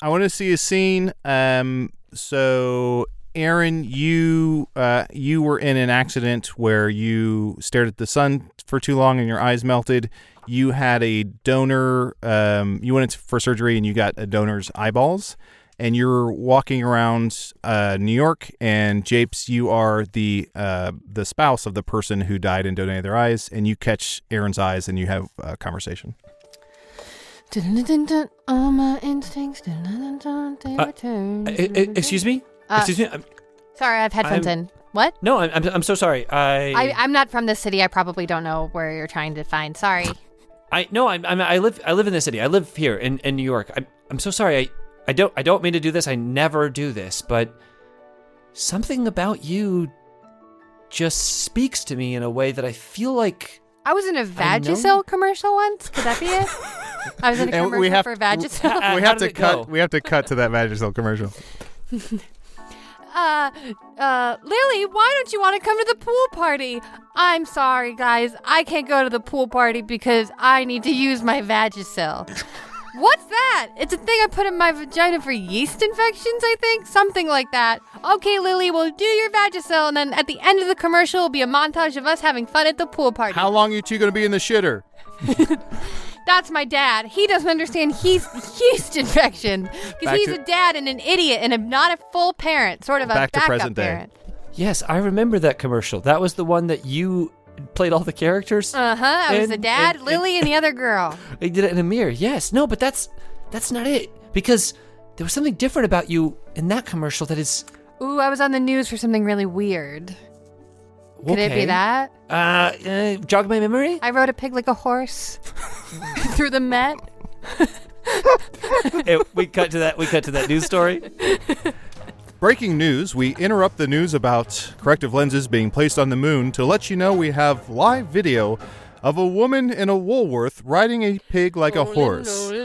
B: I want to see a scene. Um, so Aaron, you uh, you were in an accident where you stared at the sun for too long and your eyes melted. You had a donor. Um, you went in for surgery and you got a donor's eyeballs. And you're walking around uh, New York, and Japes, you are the uh, the spouse of the person who died and donated their eyes, and you catch Aaron's eyes, and you have a conversation.
D: Dun-dun-dun-dun, All my instincts. dun-dun-dun-dun, They
C: Uh,
D: return.
C: excuse me?
D: Uh,
C: excuse me? I'm,
D: Sorry, I've headphones
C: I'm-
D: in. What?
C: no, I'm, I'm, I'm so sorry. I,
D: I, I'm not from this city. I probably don't know where you're trying to find. Sorry.
C: I no, I'm, I'm I live I live in this city. I live here in, in New York. I'm I'm so sorry. I I don't I don't mean to do this. I never do this, but something about you just speaks to me in a way that I feel like
D: I was in a Vagisil commercial once. Could that be it? I was in a
B: And we
D: commercial
B: have-
D: for Vagisil.
B: [laughs]
D: [laughs]
B: we
C: How
B: have
C: did
B: to
C: it
B: cut.
C: go?
B: We have to cut to that Vagisil commercial.
D: uh, uh, Lily, why don't you want to come to the pool party? I'm sorry, guys. I can't go to the pool party because I need to use my Vagisil.
B: [laughs]
D: What's that? It's a thing I put in my vagina for yeast infections, I think. Something like that. Okay, Lily, we'll do your Vagisil, and then at the end of the commercial will be a montage of us having fun at the pool party.
B: How long you two gonna be in the shitter?
D: That's my dad. He doesn't understand yeast, yeast [laughs] infection because
B: Back
D: he's
B: to-
D: a dad and an idiot and a, not a full parent, sort of a
B: Back to
D: backup
B: present day.
D: parent.
C: Yes, I remember that commercial. That was the one that you played all the characters.
D: Uh huh. I was
C: And-
D: the dad,
C: and-
D: Lily, and the other girl.
C: They did it in a mirror. Yes. No, but that's that's not it because there was something different about you in that commercial that is
D: [laughs] Ooh, I was on the news for something really weird. Could it be
C: okay.
D: that?
C: Uh, uh jog my
D: [laughs]
C: memory?
D: I rode a pig like
B: [laughs]
D: a horse through the Met.
C: Eh, we cut to that we cut to that news story.
B: Breaking news, we interrupt the news about corrective lenses being placed on the moon to let you know we have live video of a woman in a Woolworth riding a pig
D: Oh,
B: like a horse. [laughs]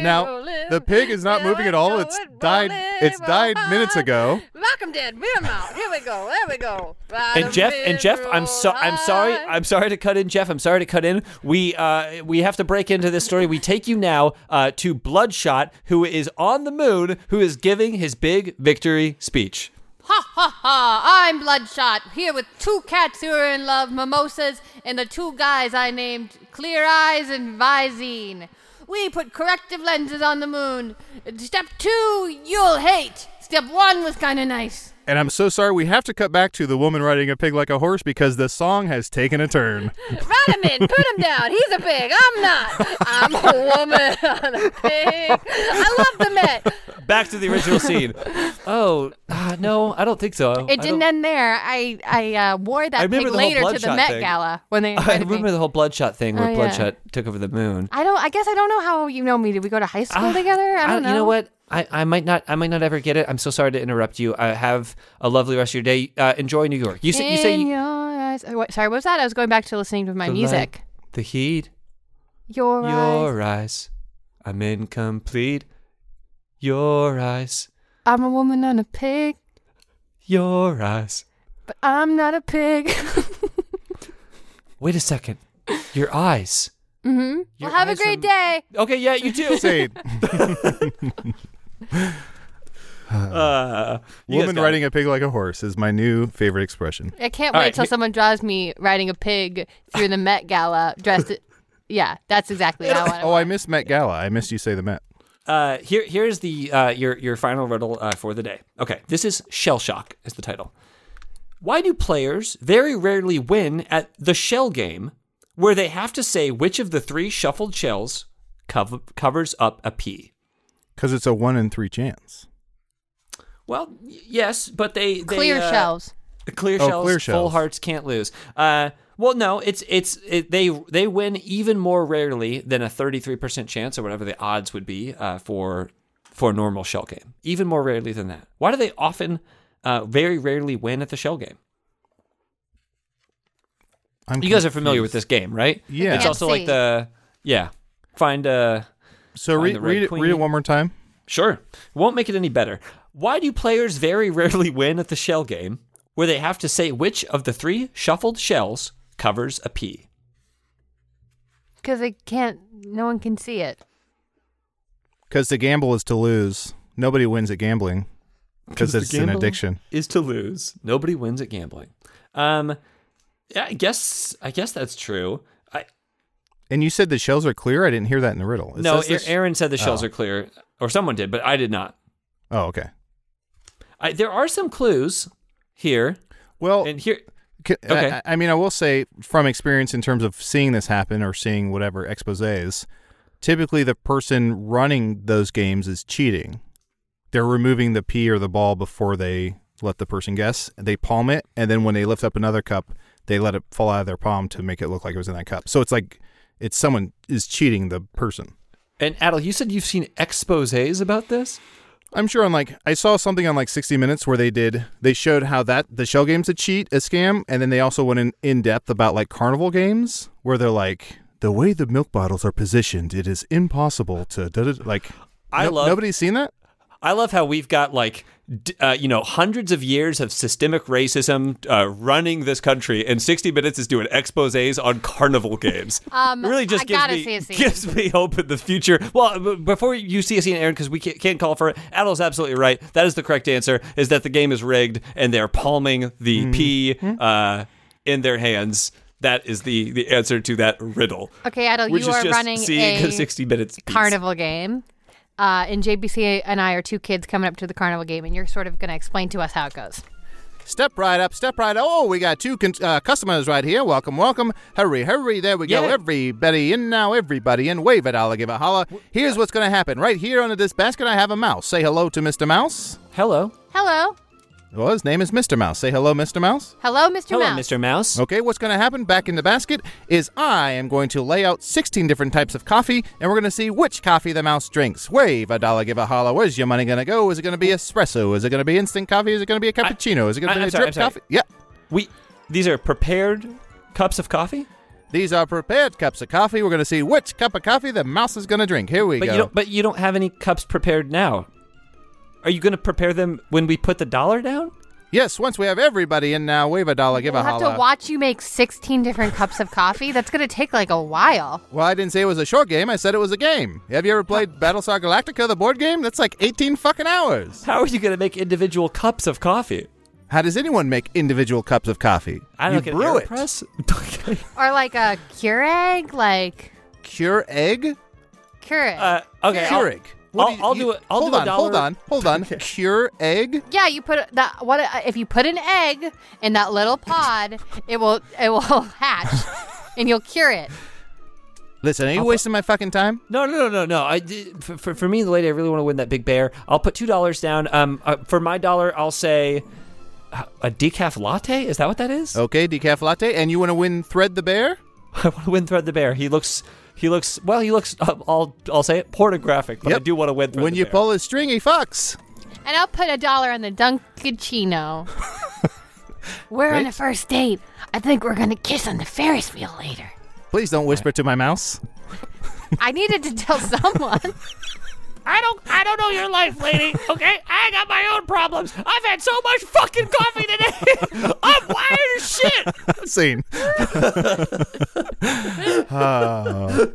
B: Now, the pig is not moving at all. It's died it's died minutes ago.
D: Malcolm dead, beat him out. Here we go, there we go.
C: and Jeff and Jeff, I'm so I'm sorry I'm sorry to cut in Jeff. I'm sorry to cut in. We uh we have to break into this story. We take you now uh to Bloodshot who is on the moon who is giving his big victory speech.
D: Ha ha ha! I'm Bloodshot here with two cats who are in love, mimosas, and the two guys I named Clear Eyes and Visine. We put corrective lenses on the moon. Step two, you'll hate. Step one was kind of nice.
B: And I'm so sorry we have to cut back to the woman riding a pig like a horse because the song has taken a [laughs] turn.
D: Run him in, put him down. He's a pig. I'm not. I'm a woman [laughs] on a pig. I love the Met.
C: Back to the
D: [laughs]
C: original scene. Oh, uh, no, I don't think so. I
D: It didn't
C: don't-
D: end there. I I uh, wore
C: I
D: that
C: remember
D: pig
C: the whole
D: later to the
C: Bloodshot
D: Met
C: thing.
D: Gala when they
C: [laughs] I
D: invited me.
C: remember the whole bloodshot thing
D: Oh,
C: where
D: yeah.
C: bloodshot took over the moon.
D: I don't. I guess I don't know how you know me. Did we go to high school
C: Ah,
D: together? I don't know.
C: You know what? I, I might not I might not ever get it. I'm so sorry to interrupt you. Uh, have a lovely rest of your day. Uh, enjoy New York. You say you say
D: In your eyes. Oh, wait, sorry, what was that? I was going back to listening to my
C: The
D: music.
C: light, the heat,
D: Your, eyes.
C: your eyes. I'm incomplete. Your eyes,
D: I'm a woman on a pig,
C: your eyes.
D: but I'm not a pig.
C: Wait a second. Your eyes.
D: mm-hmm. [laughs] Well,
C: Your
D: have a
C: eyes
D: great
C: rem-
D: day.
C: Okay, yeah, you too.
B: Say,
C: Uh, you guys
B: woman
C: got it.
B: riding a pig like a horse is my new favorite expression.
D: I can't
C: All
D: wait
C: right,
D: till
C: me-
D: someone draws me riding a pig through the Met Gala dressed. yeah, that's exactly how
C: [laughs]
D: I
B: Oh, I missed Met Gala. I missed you say the Met.
C: Uh, here, here's the uh, your your final riddle uh, for the day. Okay, this is shell shock is the title. Why do players very rarely win at the shell game, where they have to say which of the three shuffled shells cov- covers up a pea?
B: Because it's a one in three chance.
C: Well, y- yes, but they, they
D: clear
C: uh,
D: shells.
C: clear
B: Oh,
C: shells,
B: clear
C: full
B: shells.
C: hearts can't lose. Uh, well, no, it's it's it, they they win even more rarely than a thirty three percent chance or whatever the odds would be uh, for for a normal shell game. Even more rarely than that. Why do they often uh, very rarely win at the shell game?
B: I'm
C: You guys are familiar with this game, right?
B: Yeah.
C: It's also like
D: Fancy.
C: the yeah find uh
B: So
C: Find
B: re-
C: the Red
B: read it, read it
C: Queen.
B: one more time.
C: Sure. Won't make it any better. Why do players very [laughs] rarely win at the shell game, where they have to say which of the three shuffled shells covers a pea?
D: Because I can't. No one can see it.
B: Because the gamble is to lose. Nobody wins at gambling because it's an addiction.
C: Is to lose. Nobody wins at gambling. Um, yeah, I guess I guess that's true. I,
B: And you said the shells are clear. I didn't hear that in the riddle. It
C: no,
B: says this-
C: Aaron said the shells
B: Oh.
C: are clear, or someone did, but I did not.
B: Oh, okay.
C: I, there are some clues here,
B: Well,
C: and here
B: c-
C: okay.
B: I, I mean, I will say from experience in terms of seeing this happen or seeing whatever exposes, typically the person running those games is cheating. They're removing the pea or the ball before they let the person guess. They palm it, and then when they lift up another cup, they let it fall out of their palm to make it look like it was in that cup. So it's like it's someone is cheating the person.
C: and Adel, you said you've seen exposés about this.
B: I'm sure on like I saw something on like 60 Minutes where they did they showed how that the shell game's a cheat, a scam, and then they also went in in depth about like carnival games where they're like the way the milk bottles are positioned, it is impossible to da, da, da," like
C: I
B: no-
C: love-
B: nobody's seen that.
C: I love how we've got like, d- uh, you know, hundreds of years of systemic racism uh, running this country, and 60 Minutes is doing exposés on carnival games.
D: [laughs] Um,
C: It really just
D: I
C: gives
D: gotta
C: me,
D: see a scene.
C: gives me hope in the future. Well, b- before you see a scene, Aaron, because we ca- can't call for it, Adol's absolutely right. That is the correct answer, is that the game is rigged and they're palming the P uh, in their hands. That is the, the answer to that riddle.
D: Okay, Adel,
C: Which
D: you
C: is
D: are
C: just
D: running
C: [laughs] seeing
D: a
C: 60 minutes piece.
D: carnival game. Uh, and JBC and I are two kids coming up to the carnival game, and you're sort of going to explain to us how it goes.
B: Step right up, step right. Oh, we got two con- uh, customers right here. Welcome, welcome. Hurry, hurry. There we go.
C: Yeah.
B: Everybody in now, everybody in. Wave it, I'll give a holla.
C: uh
B: Here's what's going to happen. Right here under this basket, I have a mouse. Say hello to Mr. Mouse.
C: Hello.
D: Hello.
B: Well, his name is Mr. Mouse. Say hello, Mr. Mouse.
D: Hello, Mr.
C: Hello,
D: Mouse.
C: Mr. Mouse.
B: Okay, what's going to happen back in the basket is I am going to lay out 16 different types of coffee, and we're going to see which coffee the mouse drinks. Wave a dollar, give a holler. Where's your money going to go? Is it going to be espresso? Is it going to be instant coffee? Is it going to be a cappuccino? is it going
C: I-
B: to be
C: I'm
B: a
C: sorry,
B: drip
C: I'm sorry.
B: coffee? Yeah.
C: We these are prepared cups of coffee,
B: These are prepared cups of coffee. We're going to see which cup of coffee the mouse is going to drink. Here we
C: but
B: go.
C: you don't. But you don't have any cups prepared now. Are you going to prepare them when we put the dollar down?
B: yes, once we have everybody in now, wave a dollar, give
D: We'll
B: a
D: have
B: holla.
D: to watch you make 16 different cups of coffee. That's going to take like a while.
B: well, I didn't say it was a short game. I said it was a game. Have you ever played Battlestar Galactica, the board game? That's like 18 fucking hours.
C: How are you going to make individual cups of coffee?
B: How does anyone make individual cups of coffee?
C: I don't
B: you
C: look at an
B: brew it.
C: [laughs] AeroPress.
D: Or like a Keurig, like
B: Cure egg?
D: Keurig.
C: uh, okay. I'll-
B: Keurig. What
C: I'll,
B: you-
C: I'll
B: you-
C: do it. I'll
B: hold
C: do
B: on,
C: a dollar.
B: hold on, hold
C: [laughs]
B: on. Cure egg?
D: yeah, you put that. What uh, if you put an egg in that little pod? it will it will [laughs] hatch, and you'll cure it.
B: Listen, are you wasting my fucking time?
C: No, no, no, no, no. I did- for, for for me, the lady, I really want to win that big bear. I'll put two dollars down. Um, uh, for my dollar, I'll say uh, a decaf latte. Is that what that is?
B: Okay, decaf latte. And you want to win Thread the Bear?
C: [laughs] I want to win Thread the Bear. He looks, he looks, well, he looks, uh, I'll, I'll say it, pornographic, but I
B: Yep.
C: do want to win Thread
B: when
C: the
B: you
C: Bear.
B: pull his string, he fucks.
D: And I'll put a dollar on the Dunkachino. [laughs] we're on a first date. I think we're gonna kiss on the Ferris wheel later.
B: Please don't whisper to my mouse. [laughs]
D: I needed to [laughs] tell someone.
C: I don't, I don't know your life, lady, okay? I got my own problems. I've had so much fucking coffee today. [laughs] I'm wired as [laughs] shit.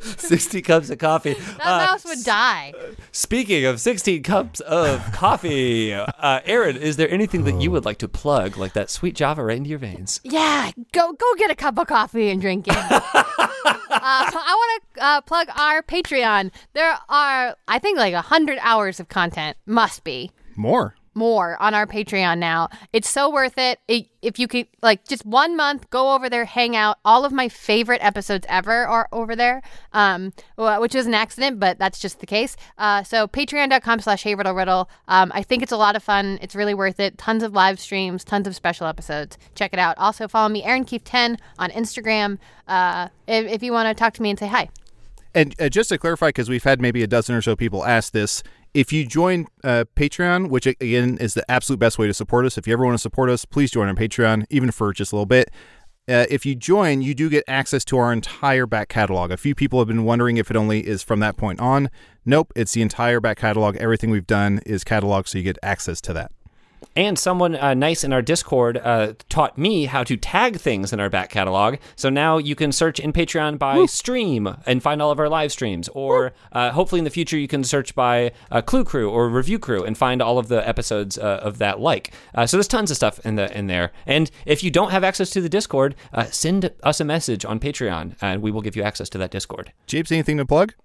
B: Scene.
C: 60 cups of coffee.
D: That mouse would die.
C: Speaking of 16 cups of coffee, uh, Aaron, is there anything that you would like to plug, like that sweet Java right into your veins?
D: Yeah, go go get a cup of coffee and drink it. uh, I want to uh, plug our Patreon. There are, I think, like a hundred hours of content. Must be
B: More.
D: more on our Patreon now. It's so worth it. it. If you could, like, just one month, go over there, hang out. All of my favorite episodes ever are over there, um, wh- which is an accident, but that's just the case. Uh, so patreon.com slash hey riddle riddle. Um, I think it's a lot of fun. It's really worth it. Tons of live streams, tons of special episodes. Check it out. Also, follow me, Aaron Keefe 10 on Instagram uh, if, if you want to talk to me and say hi.
B: And uh, just to clarify, because we've had maybe a dozen or so people ask this, if you join uh, Patreon, which again is the absolute best way to support us, if you ever want to support us, please join on Patreon, even for just a little bit. Uh, if you join, you do get access to our entire back catalog. A few people have been wondering if it only is from that point on. Nope, it's the entire back catalog. Everything we've done is catalog, so you get access to that.
C: And someone uh, nice in our Discord uh, taught me how to tag things in our back catalog. So now you can search in Patreon by stream and find all of our live streams. Or uh, hopefully in the future, you can search by uh, Clue Crew or Review Crew and find all of the episodes uh, of that like. Uh, so there's tons of stuff in the in there. And if you don't have access to the Discord, uh, send us a message on Patreon and we will give you access to that Discord.
B: Japes, anything to plug?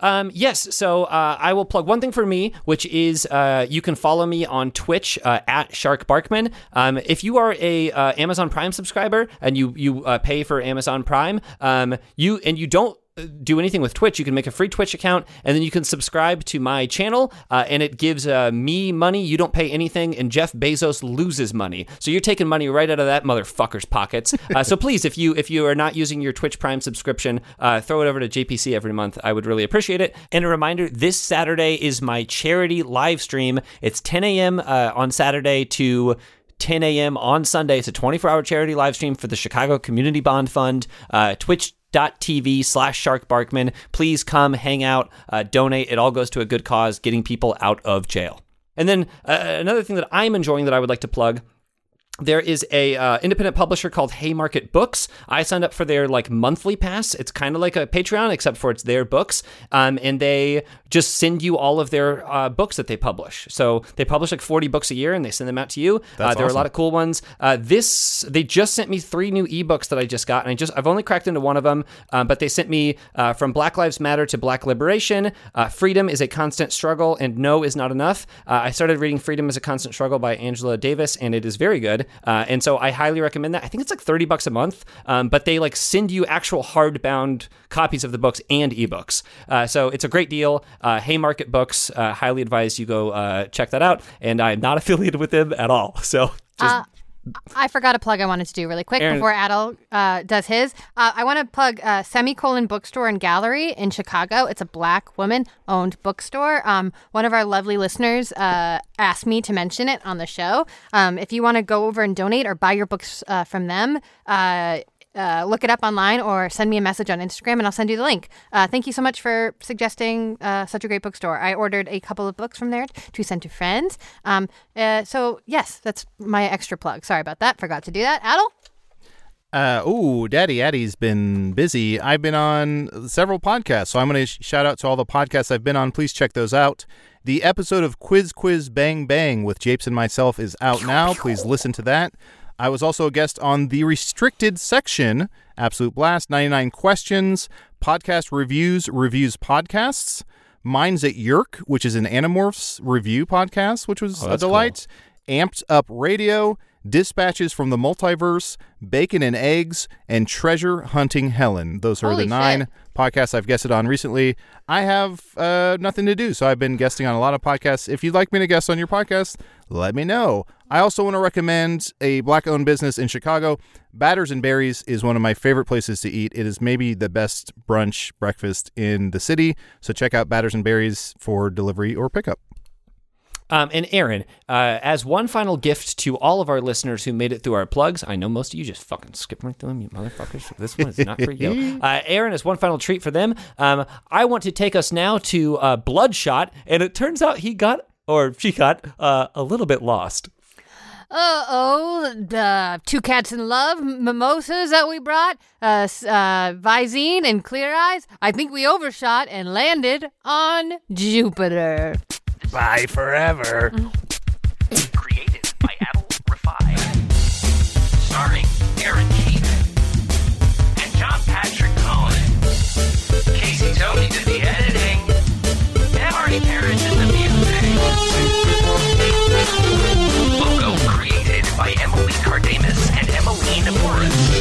C: Um, yes, so uh, I will plug one thing for me, which is uh, you can follow me on Twitch uh, at Shark Barkman. Um, if you are a uh, Amazon Prime subscriber and you you uh, pay for Amazon Prime, um, you and you don't uh, do anything with Twitch, you can make a free Twitch account and then you can subscribe to my channel uh, and it gives uh, me money. You don't pay anything, and Jeff Bezos loses money. So you're taking money right out of that motherfucker's pockets. Uh, so please, if you if you are not using your Twitch Prime subscription, uh, throw it over to JPC every month. I would really appreciate it. And a reminder: this Saturday is my charity live stream. It's 10 a.m. Uh, on Saturday to 10 a.m. on Sunday. It's a 24 hour charity live stream for the Chicago Community Bond Fund. Uh, Twitch. slash Shark Barkman. Please come hang out, uh, donate. It all goes to a good cause, getting people out of jail. And then uh, another thing that I'm enjoying that I would like to plug there is a uh, independent publisher called Haymarket Books. I signed up for their like monthly pass. It's kind of like a Patreon, except for it's their books, um, and they just send you all of their uh, books that they publish. So they publish like 40 books a year, and they send them out to you. uh, there are a lot of cool ones. Uh, this they just sent me three new ebooks that I just got, and I just I've only cracked into one of them, um, but they sent me uh, from Black Lives Matter to Black Liberation. Uh, Freedom is a constant struggle, and no is not enough. Uh, I started reading Freedom is a Constant Struggle by Angela Davis, and it is very good. Uh, and so I highly recommend that. I think it's like 30 bucks a month, um, but they like send you actual hardbound copies of the books and ebooks. Uh, so it's a great deal. Uh, Haymarket Books, uh, highly advise you go uh, check that out. And I'm not [laughs] affiliated with them at all. So just
D: Uh, I forgot a plug I wanted to do really quick
C: Aaron-
D: before Adel uh, does his. Uh, I want to plug uh, Semicolon Bookstore and Gallery in Chicago. It's a black woman owned bookstore. Um, one of our lovely listeners uh, asked me to mention it on the show. Um, if you want to go over and donate or buy your books uh, from them, uh, uh, look it up online or send me a message on Instagram and I'll send you the link. Uh, thank you so much for suggesting uh, such a great bookstore. I ordered a couple of books from there to send to friends. Um, uh, so, yes, that's my extra plug. Sorry about that. Forgot to do that. Adel?
B: Uh, ooh, Daddy Addy's been busy. I've been on several podcasts, so I'm going to sh- shout out to all the podcasts I've been on. Please check those out. The episode of Quiz Quiz Bang Bang with Japes and myself is out now. Please listen to that. I was also a guest on the restricted section, Absolute Blast, 99 Questions, Podcast Reviews, Reviews Podcasts. Mine's at Yerk, which is an Animorphs review podcast, which was a delight. Amped Up Radio, Dispatches from the Multiverse, Bacon and Eggs, and Treasure Hunting Helen. Those are
D: Holy
B: the nine
D: shit.
B: podcasts I've guested on recently. I have uh, nothing to do, so I've been guesting on a lot of podcasts. If you'd like me to guest on your podcast, let me know. I also want to recommend a black owned business in Chicago. Batters and Berries is one of my favorite places to eat. It is maybe the best brunch breakfast in the city. So check out Batters and Berries for delivery or pickup.
C: Um, and Aaron, uh, as one final gift to all of our listeners who made it through our plugs, I know most of you just fucking skip right through them, you motherfuckers. This one is not for you. Uh, Aaron, as one final treat for them, um, I want to take us now to uh, Bloodshot, and it turns out he got or she got uh, a little bit lost.
D: Uh oh, the two cats in love, m- mimosas that we brought, uh, s- uh, Visine and Clear Eyes. I think we overshot and landed on Jupiter.
E: Bye forever.
A: created by Adel Rafai. Starring Aaron Keith and John Patrick Cohen. Casey Tony did the editing. And Marty Parrish did the music. Logo created by Emily Cardamus and Emily Naporis.